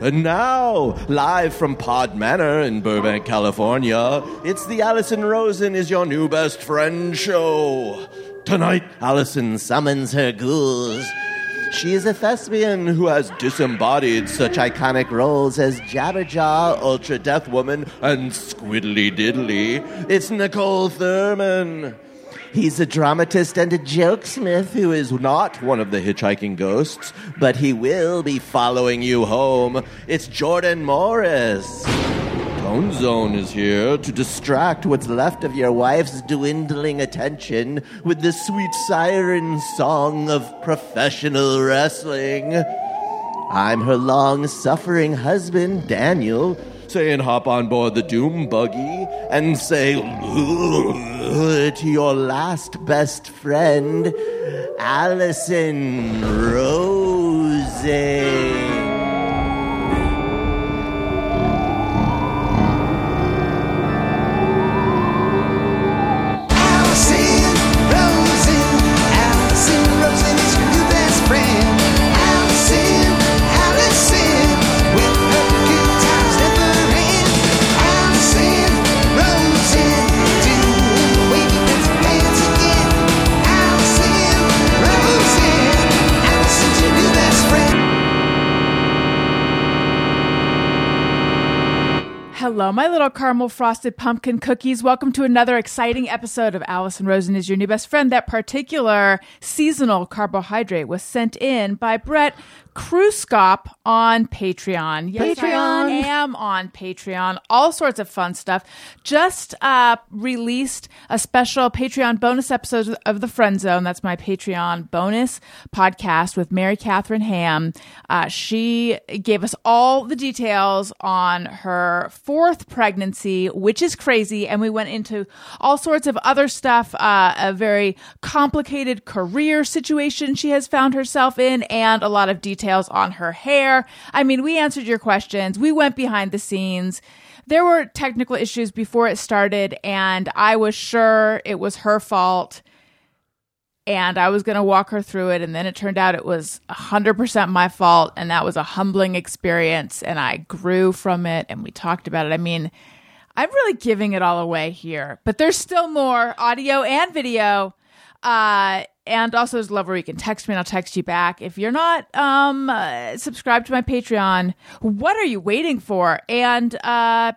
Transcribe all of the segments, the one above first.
And now, live from Pod Manor in Burbank, California, it's the Allison Rosen is your new best friend show. Tonight, Allison summons her ghouls. She is a thespian who has disembodied such iconic roles as Jabberjaw, Ultra Death Woman, and Squiddly Diddly. It's Nicole Thurman. He's a dramatist and a jokesmith who is not one of the hitchhiking ghosts, but he will be following you home. It's Jordan Morris. Tone Zone is here to distract what's left of your wife's dwindling attention with the sweet siren song of professional wrestling. I'm her long suffering husband, Daniel, saying hop on board the Doom buggy and say to your last best friend, Allison Rose. Allison Rosen, Allison Rosen is your new best friend. Allison, Allison, with her good times never end. Allison Rosen, doing wavy with her hands again. Allison Rosen, Allison's your new best friend. Hello, my little caramel frosted pumpkin cookies. Welcome to another exciting episode of Allison Rosen is your new best friend. That particular seasonal carbohydrate was sent in by Brett Kruskop on Patreon. Yes, I Patreon. am on Patreon. All sorts of fun stuff. Just uh, released a special Patreon bonus episode of The Friend Zone. That's my Patreon bonus podcast with Mary Catherine Ham. Uh, she gave us all the details on her fourth pregnancy, which is crazy. And we went into all sorts of other stuff, uh, a very complicated career situation she has found herself in, and a lot of details on her hair. I mean, we answered your questions, we went behind the scenes. There were technical issues before it started, and I was sure it was her fault. And I was going to walk her through it. And then it turned out it was 100% my fault. And that was a humbling experience. And I grew from it. And we talked about it. I mean, I'm really giving it all away here, but there's still more audio and video. Uh, and also there's a level where you can text me and I'll text you back. If you're not um, uh, subscribed to my Patreon, what are you waiting for? And uh,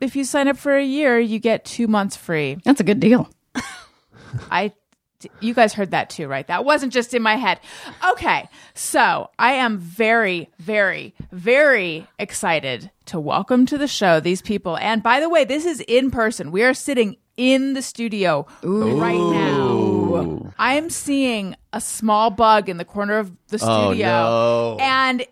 if you sign up for a year, you get two months free. That's a good deal. I you guys heard that too, right? That wasn't just in my head. Okay. So, I am very very very excited to welcome to the show these people. And by the way, this is in person. We are sitting in the studio right now. I am seeing a small bug in the corner of the Oh, studio. no. And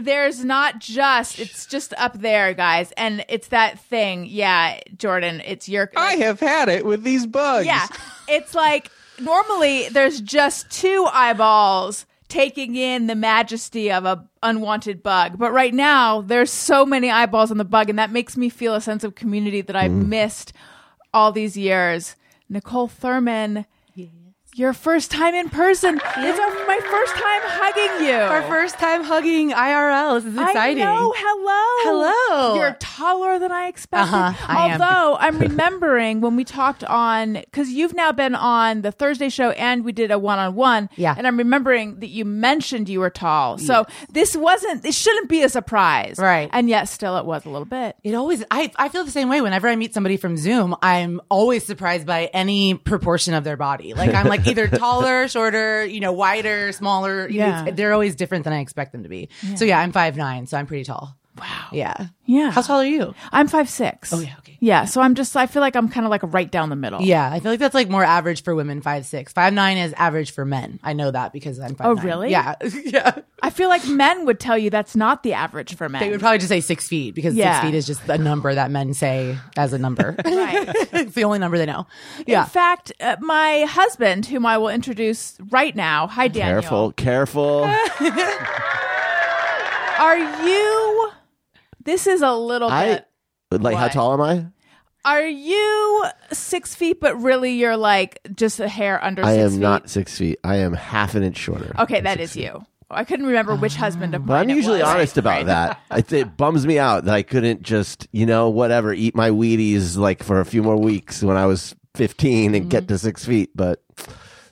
there's not just it's just up there, guys. And it's that thing. Yeah, Jordan, it's your I have had it with these bugs. yeah. It's like normally there's just two eyeballs taking in the majesty of a unwanted bug. But right now there's so many eyeballs on the bug and that makes me feel a sense of community that I've missed all these years. Nicole Thurman Your first time in person. It's our, my first time hugging you. Our first time hugging IRL. This is exciting. I know. Hello. Hello. You're taller than I expected. Uh-huh, I am. Although I'm remembering when we talked on because you've now been on the Thursday show and we did a one on one. Yeah. And I'm remembering that you mentioned you were tall. So this wasn't. It shouldn't be a surprise. Right. And yet, still, it was a little bit. It always, I, I feel the same way whenever I meet somebody from Zoom. I'm always surprised by any proportion of their body. Like, I'm like either taller, shorter, you know, wider, smaller. You know, Yeah. it's- they're always different than I expect them to be. So, yeah, I'm five nine, so I'm pretty tall. Wow. Yeah. Yeah. How tall are you? I'm five six. Oh, yeah, okay. Yeah. So I'm just. I feel like I'm kind of like right down the middle. Yeah, I feel like that's like more average for women, five six. Five nine is average for men. I know that because I'm five. Oh, really? Yeah. yeah. I feel like men would tell you that's not the average for men. They would probably just say six feet because Yeah. six feet is just a number that men say as a number. Right. it's the only number they know. Yeah. In fact, uh, my husband, whom I will introduce right now, hi Careful, Daniel. careful. Are you? This is a little I bit. like how What? tall am I? Are you six feet, but really you're like just a hair under I six am feet? not six feet. I am half an inch shorter. Okay, than that six is feet. you. I couldn't remember which husband of But I'm mine it usually was. honest about that. It, it bums me out that I couldn't just, you know, whatever, eat my Wheaties like for a few more weeks when I was 15 and Mm-hmm. get to six feet. But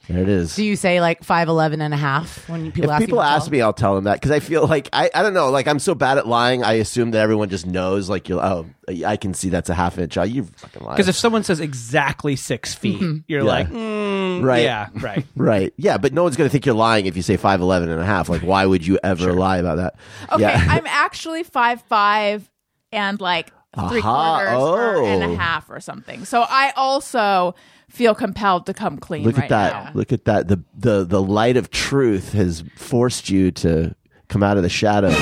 there it is. Do you say like 5'11 and a half when people if ask people you to ask tell? me, I'll tell them that because I feel like I, I don't know, like I'm so bad at lying. I assume that everyone just knows, like you're, oh, I can see that's a half inch. Oh, you fucking lie. Because if someone says exactly six feet, Mm-hmm. you're like, mm, Right. yeah, right. right, yeah, but no one's gonna think you're lying if you say five eleven and a half. Like, why would you ever lie about that? Okay, yeah. I'm actually five five and like three Aha, quarters or and oh. a half or something. So I also feel compelled to come clean Look right at that! now. Look at that! The the the light of truth has forced you to come out of the shadows.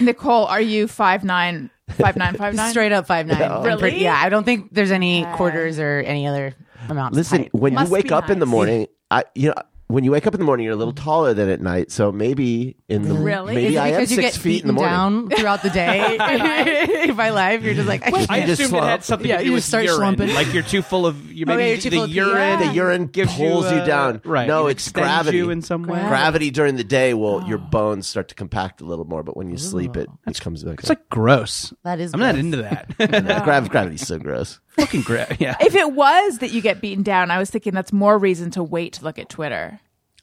Nicole, are you five nine five nine five nine? Straight up 5'9. I'm pretty- Really? yeah, I don't think there's any quarters or any other amounts. Listen, Height. when you Must wake be up in the nice. morning, I you know. When you wake up in the morning, you're a little taller than at night. So maybe in the Really? maybe Is it I am because you six get feet in the beaten morning. down throughout the day by life, you're just like, Wait. I You just assumed it slump. had something Yeah, to do you with just start urine. slumping. Like you're too full of you- yeah, maybe you're too the full of pee. urine. the urine gives you, pulls you, uh, down. right, No, it it's extends gravity. you in some way. Wow. Gravity during the day will your Oh. bones start to compact a little more, but when you sleep, it, it comes back. It's like gross. That is I'm not gross. into that. up. Grav- gravity's so gross. Fucking gross. Yeah. If it was that you get beaten down, I was thinking that's more reason to wait to look at Twitter.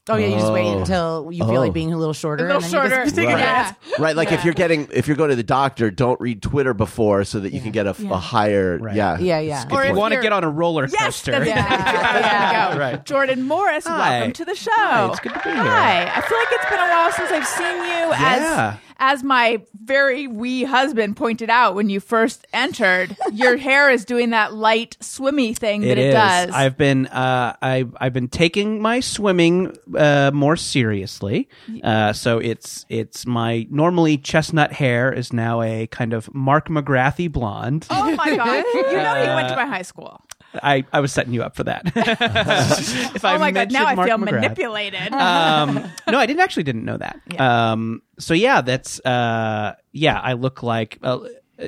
oh, yeah, you just wait until you feel Oh. like being a little shorter. A little and then you shorter. just take a Right. nap. Yeah. Right, like if you're getting if you're going to the doctor, don't read Twitter before so that you can get a, a higher yeah Yeah, yeah. Skip Or You if point. want to you're- get on a roller Yes, coaster. that's exactly how I go. Right. Jordan Morris, Hi. welcome to the show. it's good to be here. Hi. I feel like it's been a while since I've seen you. Yeah. As as my very wee husband pointed out when you first entered, your hair is doing that light swimmy thing that it is. does. I've been uh, I I've been taking my swimming uh, more seriously. Uh, so it's it's my normally chestnut hair is now a kind of Mark McGrathy blonde. oh my god! You know he went to my high school. I, I was setting you up for that. if I Oh my god! mentioned Now I Mark feel McGrath- manipulated. Um, no, I didn't actually didn't know that. Um, so yeah, that's uh, yeah. I look like uh, I,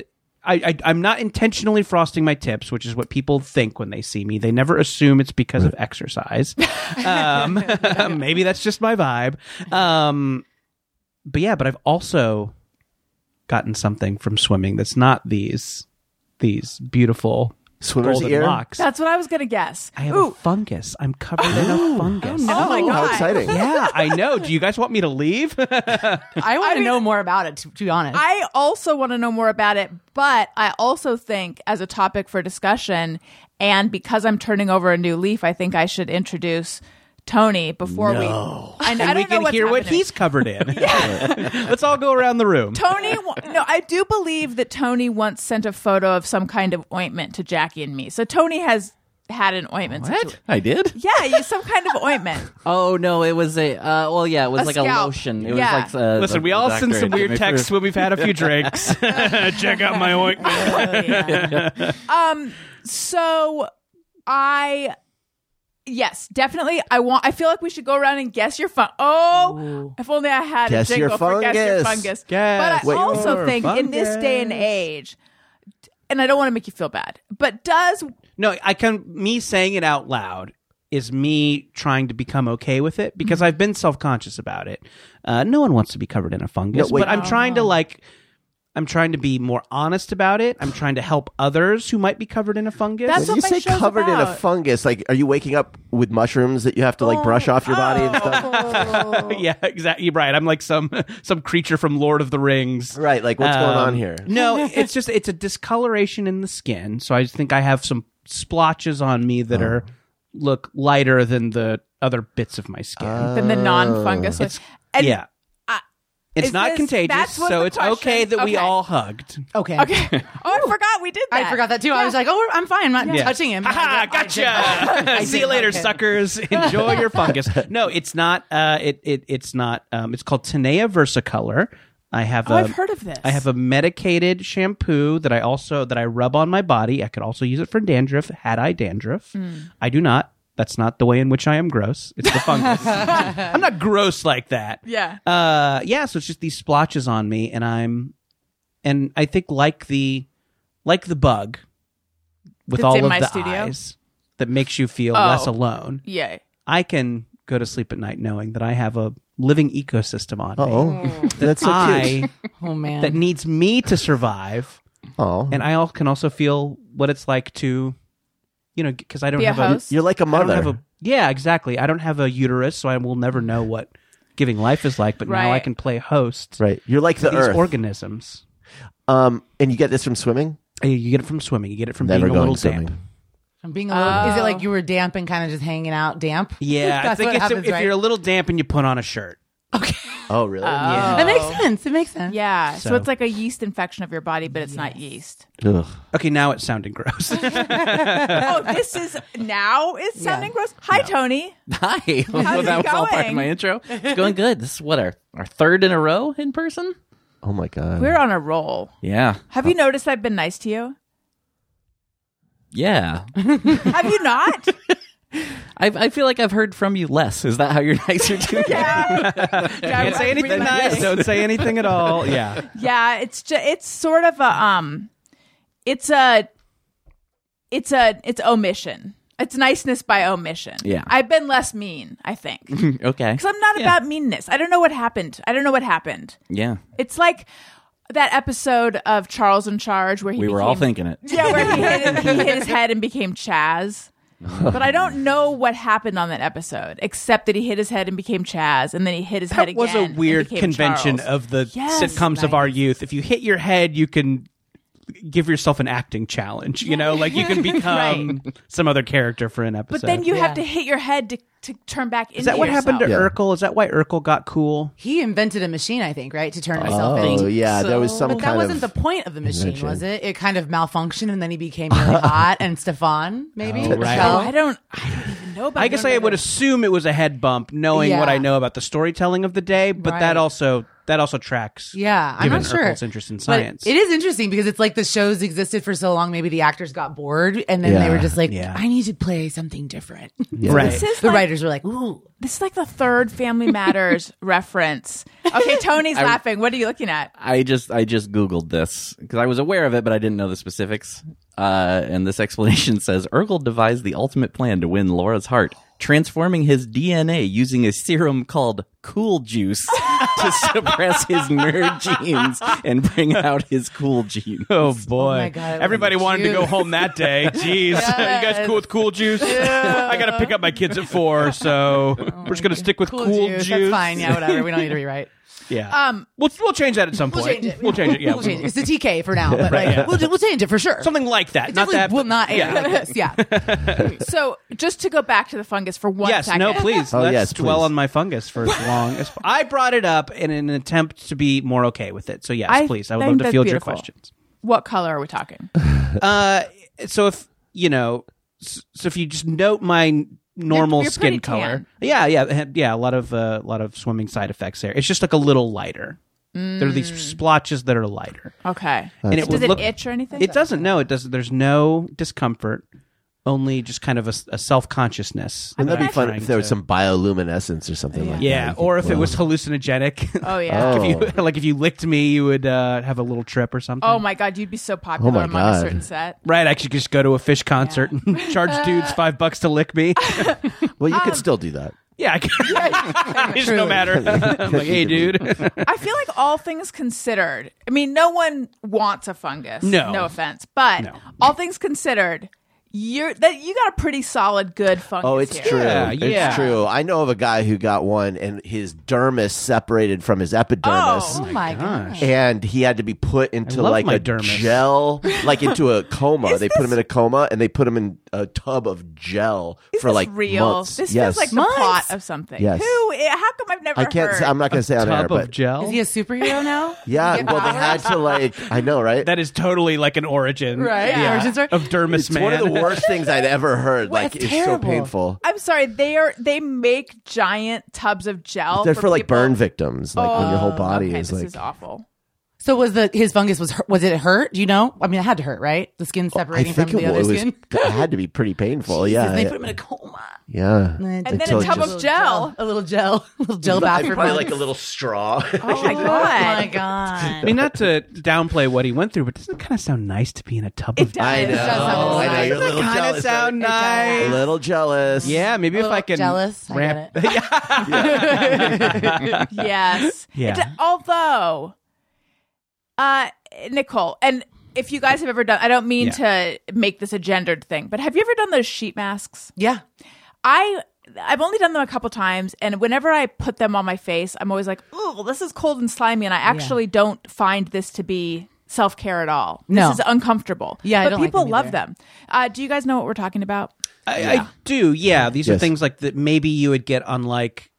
I I'm not intentionally frosting my tips, which is what people think when they see me. They never assume it's because of exercise. um, maybe that's just my vibe. Um, but yeah, but I've also gotten something from swimming that's not these these beautiful Swimmer's golden ear? locks. That's what I was gonna guess. I have Ooh. a fungus. I'm covered in a fungus. Oh my How god! exciting! Yeah, I know. Do you guys want me to leave? I want to know more about it, to, to be honest. I also want to know more about it, but I also think as a topic for discussion, and because I'm turning over a new leaf, I think I should introduce Tony before we. And, I and don't we know can what's hear what happening. he's covered in. Let's all go around the room. Tony, wa- no, I do believe that Tony once sent a photo of some kind of ointment to Jackie and me. So Tony has had an ointment. situa- I did. Yeah, you- some kind of ointment. Oh no, it was a. Uh, well, yeah, it was A like scalp. a lotion. It Yeah. was like. Uh, Listen, the- we the all doctor send some had given weird me for- texts when we've had a few drinks. Check out my ointment. Um, So I yes, definitely I want I feel like we should go around and guess your fun. Oh, if only I had Guess a jingle your for guess your fungus. fungus. but Guess I what also your think in this day and age and I don't want to make you feel bad, but does no, I can. Me saying it out loud is me trying to become okay with it because Mm-hmm. I've been self conscious about it. Uh, no one wants to be covered in a fungus, No, wait. but I'm trying to Oh. like. I'm trying to be more honest about it. I'm trying to help others who might be covered in a fungus. That's When what you my say show's covered in a about. fungus, like are you waking up with mushrooms that you have to like brush off your body and stuff? Oh. yeah, exactly. Right. I'm like some some creature from Lord of the Oh. Rings. Right, like what's going Um, on here? No, it's just it's a discoloration in the skin. So I just think I have some splotches on me Oh. that are look lighter than the other bits of my skin. Uh, than the non-fungus Oh. one? And yeah. It's is not this- contagious, that's what so the it's question- okay that okay. we all hugged. okay. Okay. Oh, I forgot we did that. I forgot that too. I was like, oh, we're- I'm fine. I'm not touching him. Haha, gotcha. See you later, suckers. Enjoy your fungus. No, it's not. Uh, it it it's not. Um, it's called Tinea versicolor. I have. Oh, a, I've heard of this. I have a medicated shampoo that I also that I rub on my body. I could also use it for dandruff. Had I dandruff, Mm. I do not. That's not the way in which I am gross. It's the fungus. I'm not gross like that. Yeah. Uh, yeah. So it's just these splotches on me, and I'm, and I think like the, like the bug, with That's all in of my the studio? eyes that makes you feel Oh. less alone. Yeah. I can go to sleep at night knowing that I have a living ecosystem on me. Oh, that's so cute. I Oh man. that needs me to survive, Oh, and I all can also feel what it's like to, you know, because I don't Be a have a, host? you're like a I don't mother. have a yeah exactly. I don't have a uterus, so I will never know what giving life is like. But now I Right. can play host right. You're like to the these earth. organisms. um, and you get this from swimming. Uh, You get it from swimming. You get it from Never being a going little swimming. damp. From being a little, is it uh, like you were damp and kind of just hanging out damp? Yeah, I That's think what it's happens, if right? you're a little damp and you put on a shirt. Oh, really? Uh. That makes sense. It makes sense. Yeah. So, So- it's like a yeast infection of your body, but it's not yeast. Ugh. Okay, now it's sounding gross. oh, this is now it's sounding gross. Hi, Tony. Hi. How's it that was all part going? of my intro. It's going good. This is what our, our third in a row in person? Oh my god. We're on a roll. Yeah. Have you noticed I've been nice to you? Yeah. Have you not? I, I feel like I've heard from you less. Is that how you're nicer to me? Can't say anything nice. Don't say anything at all. Yeah. Yeah, it's just it's sort of a um, it's a, it's a it's omission. It's niceness by omission. Yeah. I've been less mean. I think because Okay. I'm not about meanness. I don't know what happened. I don't know what happened. Yeah. It's like that episode of Charles in Charge where he We were became- all thinking it. Yeah, where he hit, he hit his head and became Chaz. but I don't know what happened on that episode, except that he hit his head and became Chaz, and then he hit his head That again. was a and weird became convention Charles. of the Yes, sitcoms of nice. our youth. If you hit your head, you can give yourself an acting challenge. You know, like you can become some other character for an episode. But then you have to hit your head to, to turn back into Is that what happened to yourself. Urkel? Is that why Urkel got cool? He invented a machine, I think, right, to turn himself in. Oh yeah, there was some But that kind wasn't of the point of the machine, invention. was it? It kind of malfunctioned, and then he became really hot. And Stefan, maybe. right. Oh, Michelle? I don't. I don't even know about. I guess I remember would this. assume it was a head bump, knowing what Yeah. I know about the storytelling of the day. But Right. that also that also tracks. Yeah, I'm given not sure. Urkel's interest in But science. it is interesting because it's like the shows existed for so long. Maybe the actors got bored, and then Yeah, they were just like, yeah. "I need to play something different." right. This is the like- writers were like, "Ooh, This is like the third Family Matters reference. Okay, Tony's laughing. What are you looking at? I just I just googled this because I was aware of it, but I didn't know the specifics. Uh, and this explanation says Urkel devised the ultimate plan to win Laura's heart, transforming his DNA using a serum called Cool Juice to suppress his nerd genes and bring out his cool gene. Oh boy! my God, it Everybody was wanted to cute. go home that day. Jeez, you guys cool with cool juice? I got to pick up my kids at four, so we're just gonna stick with cool, juice. That's fine. Yeah, whatever. We don't need to rewrite. Yeah. Um, we'll we'll change that at some point. We'll change it. Yeah. we'll change it. It's a TK for now, but like, we'll, we'll change it for sure. Something like that. not Definitely that. will not air yeah. like this. Yeah, So, just to go back to the fungus for one yes. second. No. Please. Oh, let's yes, dwell please. on my fungus for as long as I brought it up in an attempt to be more okay with it. So yes, I please. I would think love to that's field beautiful. your questions. What color are we talking? Uh, so if you know, s- so if you just note my n- normal you're pretty skin tan. color, yeah, yeah, yeah, a lot of uh, a lot of swimming side effects there. It's just like a little lighter. There are these splotches that are lighter, Okay. and it Mm. Does would it Uh, look. itch or anything? It doesn't. No, it doesn't. There's no discomfort. Only just kind of a, self consciousness. Wouldn't that be fun if there was some bioluminescence or something like that? Yeah, or if it was hallucinogenic. Oh yeah. Oh. Oh. If you- like if you licked me, you would uh, have a little trip or something. my god, you'd be so popular Oh, my among a God. certain set. Right, I could just go to a fish concert and charge dudes five bucks to lick me. Well, you could still do that. Yeah, I can. it's no matter. I'm like, hey, dude. I feel like all things considered, I mean, no one wants a fungus. No. no offense, but No. all things considered, you're that you got a pretty solid good fungus. Oh, it's here. true. Yeah, yeah. It's true. I know of a guy who got one, and his dermis separated from his epidermis. Oh. oh my gosh. And he had to be put into love like my a dermis. gel, like into a coma. they put him in a coma, and they put him in a tub of gel Is for this like real? months. This yes. feels like the Months? plot of something. Yes. Who? eh, How come I've never? I can't. Heard? Say, I'm not going to say on air, Tub of but Is gel. he a superhero now? yeah. Well, they had to like. I know, right? That is totally like an origin, Right? yeah, Origin story? of dermis it's man. one of the worst things I'd ever heard. Well, like, it's it's, so terrible. painful. I'm sorry. They are. They make giant tubs of gel. They're for, like people. burn victims, like when your whole body Okay, is this like. is awful. So was the his fungus was hurt, was it hurt? Do you know? I mean, it had to hurt, right? The skin separating from the Oh, it, other was, skin. it had to be pretty painful. Jesus, yeah, they yeah. put him in a coma. yeah. And then a tub of gel. a little gel, a little gel bath for months. little straw. Oh my Oh my god. god! I mean, not to downplay what he went through, but doesn't it kind of sound nice to be in a tub of does. It does sound know, I know, nice. you're a little Kind of jealous, sound A nice. little jealous. Yeah, maybe if little I can jealous. I ramp- get yes. Yeah. It- although, uh, Nicole, and if you guys have ever done, I don't mean to make this a gendered thing, but have you ever done those sheet masks? yeah. I. I've only done them a couple times, and whenever I put them on my face, I'm always like, "Oh, this is cold and slimy," and I actually don't find this to be self care at all. No. This is uncomfortable. Yeah, I but don't like people them love either. them. Uh, do you guys know what we're talking about? I, I do. Yeah, these are Yes. things like that maybe you would get on like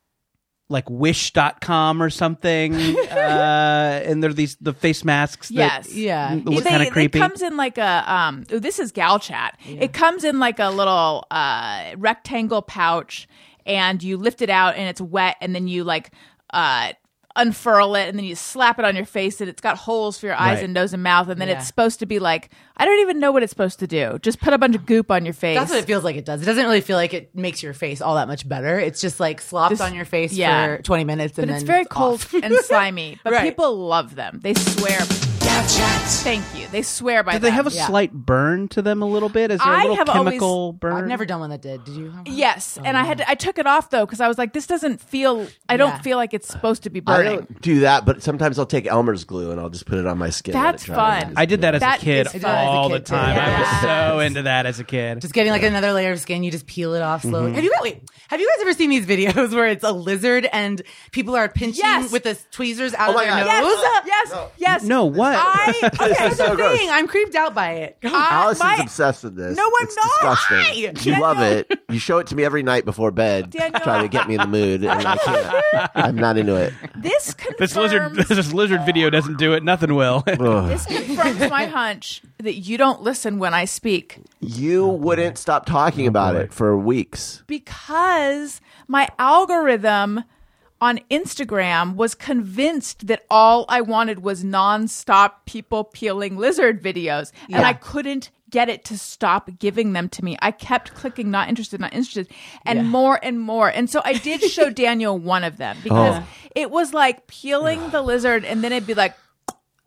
like wish.com or something uh and there are these the face masks that Yes. Yeah. it Mm, was They- kind of creepy It comes in like a um. ooh, This is gal chat. It comes in like a little uh rectangle pouch, and you lift it out, and it's wet, and then you like uh unfurl it, and then you slap it on your face, and it's got holes for your eyes Right. and nose and mouth, and then Yeah. it's supposed to be like I don't even know what it's supposed to do. Just put a bunch of goop on your face. That's what it feels like it does. It doesn't really feel like it makes your face all that much better. It's just like slopped Just- on your face yeah. for 20 minutes and but then it's very cold off. and slimy. But Right. people love them. They swear. Gal chat. Thank you. They swear by. do they them. have a yeah. slight burn to them a little bit is there a I little have always- chemical burn I've never done one that did. Did you? have one? Yes, and I had to, I took it off though because I was like, this doesn't feel. I don't Yeah. feel like it's supposed to be I burning. don't do that, but sometimes I'll take Elmer's glue and I'll just put it on my skin. and let That's it dry. fun. I did that as That a kid is fun. all I did the as a kid, time too. i was Yes. so into that as a kid Just getting like another layer of skin, you just peel it Mm-hmm. off slowly. Have you wait? Have you guys ever seen these videos where it's a lizard and people are pinching Yes. with the tweezers out of Oh my their God. nose? Yes, yes, yes. no what I okay, that's so the gross. thing. I'm creeped out by it. Allison's my- obsessed with this. No one it's knows. disgusting. Daniel- You love it. You show it to me every night before bed, Daniel- trying to get me in the mood, and I can't. I'm not into it. This confirms this lizard this lizard video doesn't do it nothing will this confirms my hunch that you don't listen when I speak You wouldn't stop Oh, talking about it for weeks. because my algorithm on Instagram was convinced that all I wanted was nonstop people peeling lizard videos, and I couldn't get it to stop giving them to me. I kept clicking not interested, not interested, and more and more. And so I did show Daniel one of them because it was like peeling the lizard, and then it'd be like.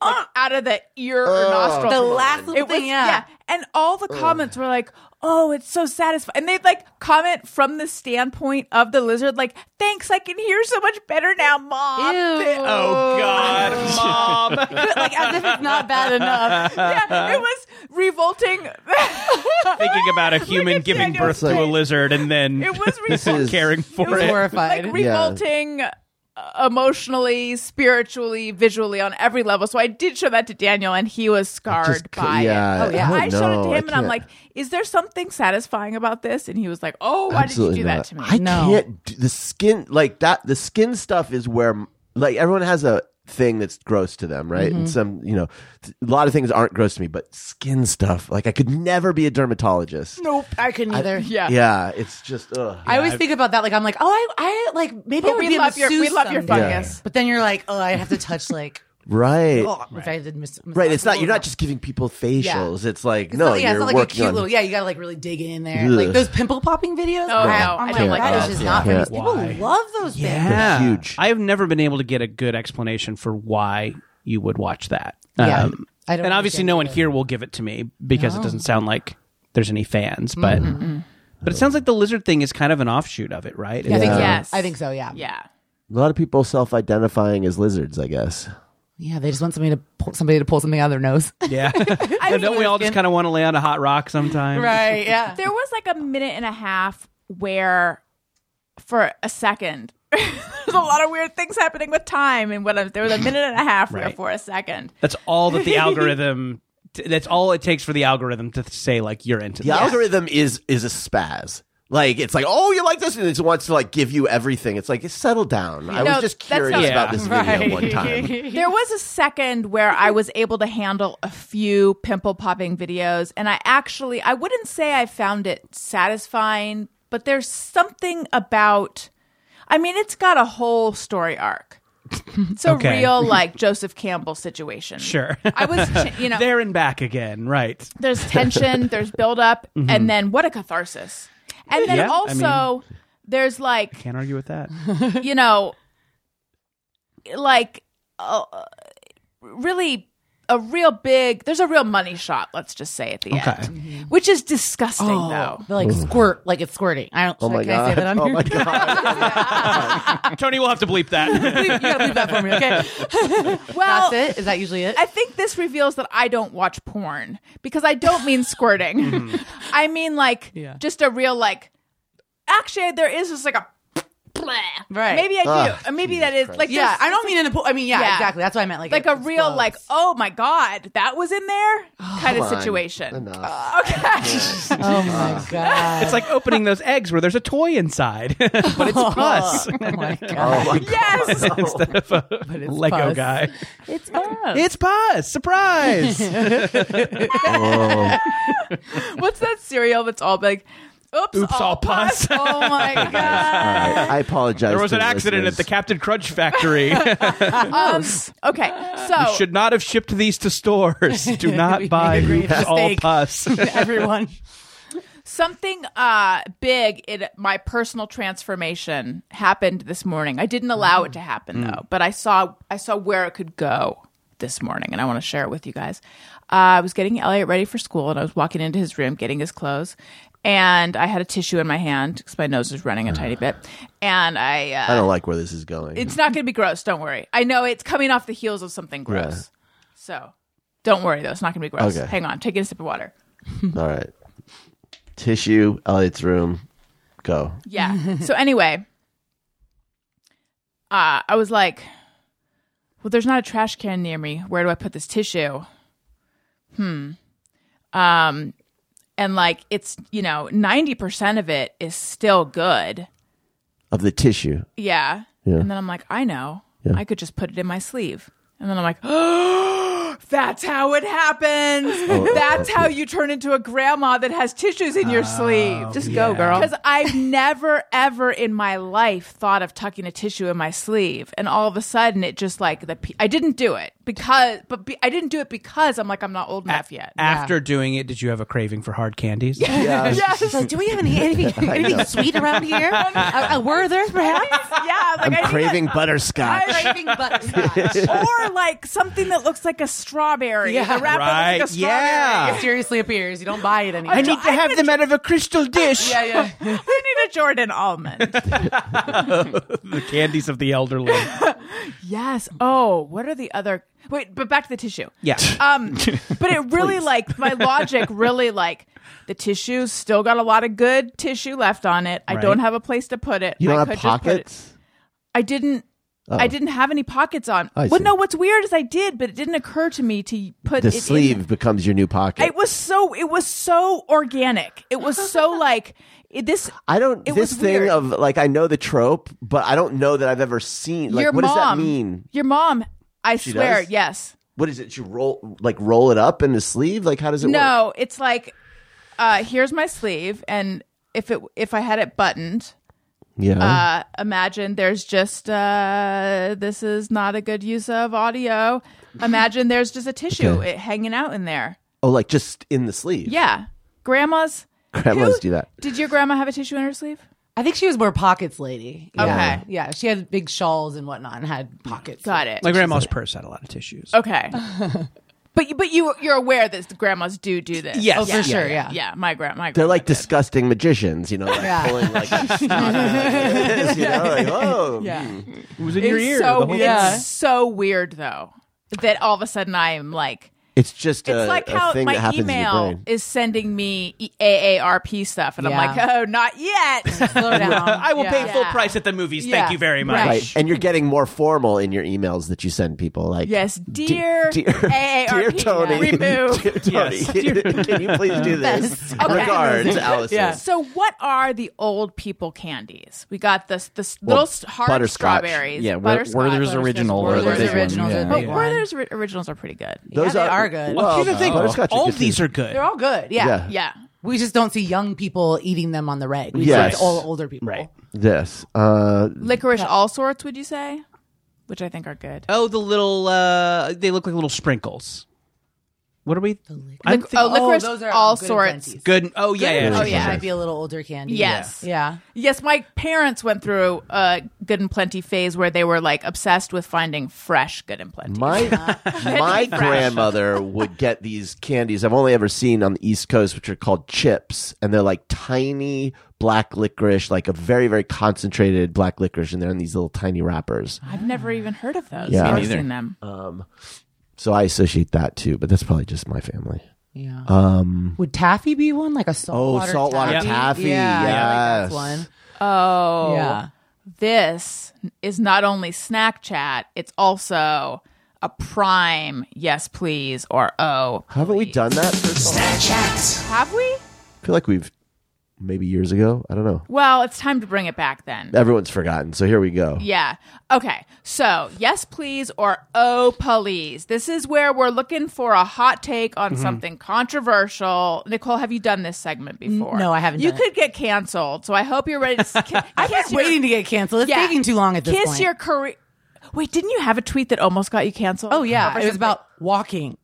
like, out of the ear or nostril, The last little it was, thing, yeah. And all the comments were like, oh, it's so satisfying. And they'd like comment from the standpoint of the lizard, like, thanks, I can hear so much better now, mom. oh god mom like as if it's not bad enough. Yeah, it was revolting. it thinking about a Look human at giving Daniel's birth to a face. lizard and then was revolting. is- caring It for was it. Horrified. Like revolting uh, emotionally, spiritually, visually on every level. So I did show that to Daniel and he was scarred Just c- by yeah, it. Oh, yeah. I I, don't showed it know. to I him and I'm can't- like, is there something satisfying about this? And he was like, oh, why did you do not. that to me? I No. can't. Do, the skin like that. The skin stuff is where like everyone has a thing that's gross to them, right? Mm-hmm. And some, you know, th- a lot of things aren't gross to me, but skin stuff. Like I could never be a dermatologist. Nope, I couldn't either. yeah. Yeah, it's just. Ugh. I always think about that. Like I'm like, oh, I, I like maybe But I would we be a love your- we masseuse love your someday. fungus. Yeah. But then you're like, oh, I have to touch like. right. oh, if I did miss, Right, it's not. You're not just giving people facials. It's like It's no, not, yeah, you're it's not like a working cute on. little. Yeah, you gotta like really dig in there. Ugh. Like those pimple popping videos. Oh, I'm- no, I'm I don't like, like that is those. just not for Yeah. me. People Why? love those things. Yeah. huge. I have never been able to get a good explanation for why you would watch that. Um, Yeah. Um, Oh. I don't and obviously, understand no one here will give it to me because it doesn't sound like there's any fans. But but it sounds like the lizard thing is kind of an offshoot of it, right? Mm-hmm. I think so. Yes. I think so. Yeah. Yeah. A lot of people self-identifying as lizards, I guess. Yeah, They just want somebody to pull, somebody to pull something out of their nose. Yeah. And don't we all just kind of want to lay on a hot rock sometimes? right. Yeah. There was like a minute and a half where, for a second, there's a lot of weird things happening with time and what. I'm- There was a minute and a half where, Right. for a second, That's all that the algorithm. t- That's all it takes for the algorithm to say like you're into The this. algorithm is is a spaz. Like it's like, oh, you like this, and it just wants to like give you everything. It's like, settle down. I No, was just that's curious not- about this video Right. one time. there was a second where I was able to handle a few pimple popping videos, and I actually I wouldn't say I found it satisfying, but there's something about. I mean, it's got a whole story arc. So Okay. real like Joseph Campbell situation. Sure. I was, ch- you know, there and back again, right? there's tension, there's buildup, and then what a catharsis. And then Mm-hmm. Yeah, I also mean- there's like Can't argue with that. you know, like uh, really a real big. There's a real money shot. Let's just say at the Okay. end, which is disgusting Oh, though. they're like squirt, like it's squirting. I don't. Oh should- my can I say god! that on Oh here? my god! Tony, we'll have to bleep that. you gotta leave that for me, okay? Well, That's it. Is that usually it? I think this reveals that I don't watch porn because I don't mean squirting. Mm-hmm. I mean like Yeah. just a real like. Actually, there is just like a. Right. Maybe I do. Ugh, and maybe that is like yeah, there's- I don't mean in a pool. I mean, yeah, Yeah. exactly. That's what I meant. Like, like it a real explodes. like oh my god that was in there kind of Come on. situation. Enough. Oh my god. it's like opening those eggs where there's a toy inside, but it's pus Oh my god. Oh my god! Yes. instead of a it's Lego pus. guy. It's gross. It's pus. Surprise. What's that cereal that's all big? Oops, Oops, all pus. Oh my All god. right, I apologize. there was to an the accident at the listeners. Captain Crunch factory. Um, okay, so Should not have shipped these to stores. Do not Oh. We buy agree Oops, with all mistake. pus. everyone. something uh, big in my personal transformation happened this morning. I didn't allow Mm. it to happen though, but I saw I saw where it could go this morning, and I want to share it with you guys. Uh, I was getting Elliot ready for school, and I was walking into his room getting his clothes, and I had a tissue in my hand because my nose was running a tiny bit, and I uh, I don't like where this is going. It's not going to be gross. Don't worry. I know it's coming off the heels of something gross. So don't worry, though. It's not going to be gross. Okay. Hang on. Taking a sip of water. All right. Tissue, Elliot's room. Go. Yeah. so anyway, uh, I was like, well, there's not a trash can near me. Where do I put this tissue? Hmm. Um, and like, it's, you know, 90% of it is still good. Of the tissue. Yeah. Yeah. And then I'm like, I know. I could just put it in my sleeve. And then I'm like, that's how it happens. Oh, that's how you turn into a grandma that has tissues in your sleeve. Just Oh, go, girl. Because I've never, ever in my life thought of tucking a tissue in my sleeve, and all of a sudden it just like the pe- I didn't do it because, but be, I didn't do it because I'm like I'm not old enough yet. After doing it, did you have a craving for hard candies? Yeah. She's like, do we have any, anything, anything sweet around here? a, a Werther's, uh, perhaps? yeah, I'm like I need a- craving butterscotch. I- Craving butterscotch. or like something that looks like a strawberry. Yeah. the wrapper Right. looks like a strawberry. Yeah. It seriously appears. You don't buy it anymore. I need to have them out of a crystal dish. Yeah, yeah. I need a Jordan almond. The candies of the elderly. yes. Oh, what are the other? Wait, but back to the tissue. Yeah. Um, but it really like my logic really like the tissue's still got a lot of good tissue left on it. I Right. don't have a place to put it. you I don't could have just put it- pockets? I didn't. I didn't have any pockets on. I well, see. no. What's weird is I did, but it didn't occur to me to put The it in sleeve becomes your new pocket. It was so. It was so organic. It was so like it, this. I don't. It this was thing weird. of like I know the trope, but I don't know that I've ever seen. Like, your what mom. does that mean? Your mom. I swear. does? Yes. What is it? You roll like roll it up in the sleeve. Like how does it work? no, it's like uh here's my sleeve and if it if I had it buttoned, Yeah. uh imagine there's just uh this is not a good use of audio. Imagine there's just a tissue Okay. it, hanging out in there. oh, like just in the sleeve. Yeah. Grandma's Grandmas who- do that. Did your grandma have a tissue in her sleeve? I think she was more pockets lady. Yeah. Okay. Yeah. She had big shawls and whatnot and had pockets. Got it. My grandma's purse had a lot of tissues. okay. but you- but you you're aware that grandmas do do this. Yes. Oh, for sure. Yeah. Yeah, my grand my They're grandma like did. disgusting magicians, you know, like Yeah. pulling like, a snot out like this, you know, like oh, It was in your It's ear. so the whole- it's Yeah. so weird though that all of a sudden I am like it's just It's a, like a how thing that my happens in your email brain. is sending me E- AARP stuff, and I'm Yeah. like, oh, not yet. Slow down. Uh, I will Yeah. pay full Yeah. price at the movies. Yeah. Thank you very much. Right. Right. And you're getting more formal in your emails that you send people. Like, yes, dear, dear, AARP, dear Tony, remove. dear Tony, Yes. can you please do this? Okay. Regards, Allison. Yeah. So, what are the old people candies? We got this this little s- hard butterscotch. strawberries. yeah, Wer- butterscotch. Werther's original. Werther's were the big one, originals yeah. are But big. Werther's ri- originals are pretty good. Yeah, they are good. Well, Here's the thing. butterscotch is All good too. Oh, these are good. They're all good. Yeah. Yeah. Yeah. We just don't see young people eating them on the reg. We Yes. see it's all older people. Right. Yes. Uh, Licorice all sorts, would you say? which I think are good. Oh, the little uh they look like little sprinkles. What are we? I'm Lic- oh, licorice, those are all good sorts. plenties. good. Oh yeah, yeah. Oh sure, yeah, sure. might be a little older candy. Yes. Yeah. Yes, my parents went through a good and plenty phase where they were like obsessed with finding fresh good and plenty. My my grandmother would get these candies I've only ever seen on the East Coast, which are called chips, and they're like tiny black licorice, like a very very concentrated black licorice, and they're in these little tiny wrappers. I've never even heard of those. Yeah. Me Never neither. seen them. So I associate that too, but that's probably just my family. Yeah. Would taffy be one like a saltwater? Oh, saltwater taffy, Yeah, I yes. like that's one. Oh, Yeah. This is not only snack chat; it's also a prime yes please or oh. Haven't we done that? For, Have we? I feel like we've maybe years ago. I don't know. Well, it's time to bring it back then. Everyone's forgotten, so here we go. Yeah. Okay. So, yes, please, or oh, please. This is where we're looking for a hot take on Mm-hmm. something controversial. Nicole, have you done this segment before? no, I haven't You done could get canceled, so I hope you're ready to. s- ki- I kiss kept your- waiting to get canceled. It's Yeah. taking too long at this kiss point. your career. Wait, didn't you have a tweet that almost got you canceled? oh yeah, it Over was something? about walking.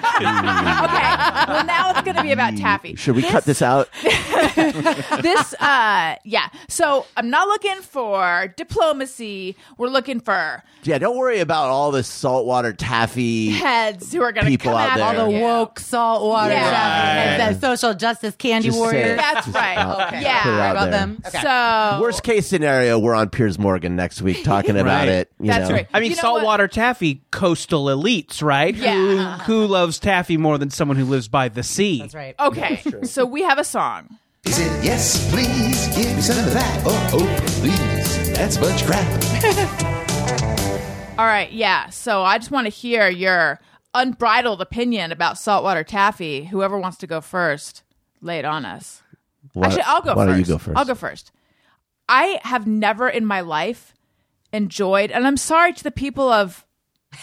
Okay. well, now it's going to be about taffy. Should we cut this out? this uh yeah so i'm not looking for diplomacy we're looking for Yeah, don't worry about all the saltwater taffy. heads who are gonna People come out after there. The you. woke saltwater Yeah. taffy, and the social justice candy Just say warrior. it. that's Just right out- okay. put it yeah out about there. them. Okay. so Worst case scenario, we're on Piers Morgan next week talking about it. you That's know. right. I mean, You know saltwater taffy, coastal elites, right? Yeah. Who, who loves taffy more than someone who lives by the sea? That's right. okay so we have a song Is it yes, please? Give me some of that. Oh, oh, please. That's much crap. all right yeah so i just want to hear your unbridled opinion about saltwater taffy whoever wants to go first lay it on us Why- Actually, I'll go why first. don't you go first? I'll go first. I have never in my life enjoyed, and I'm sorry to the people of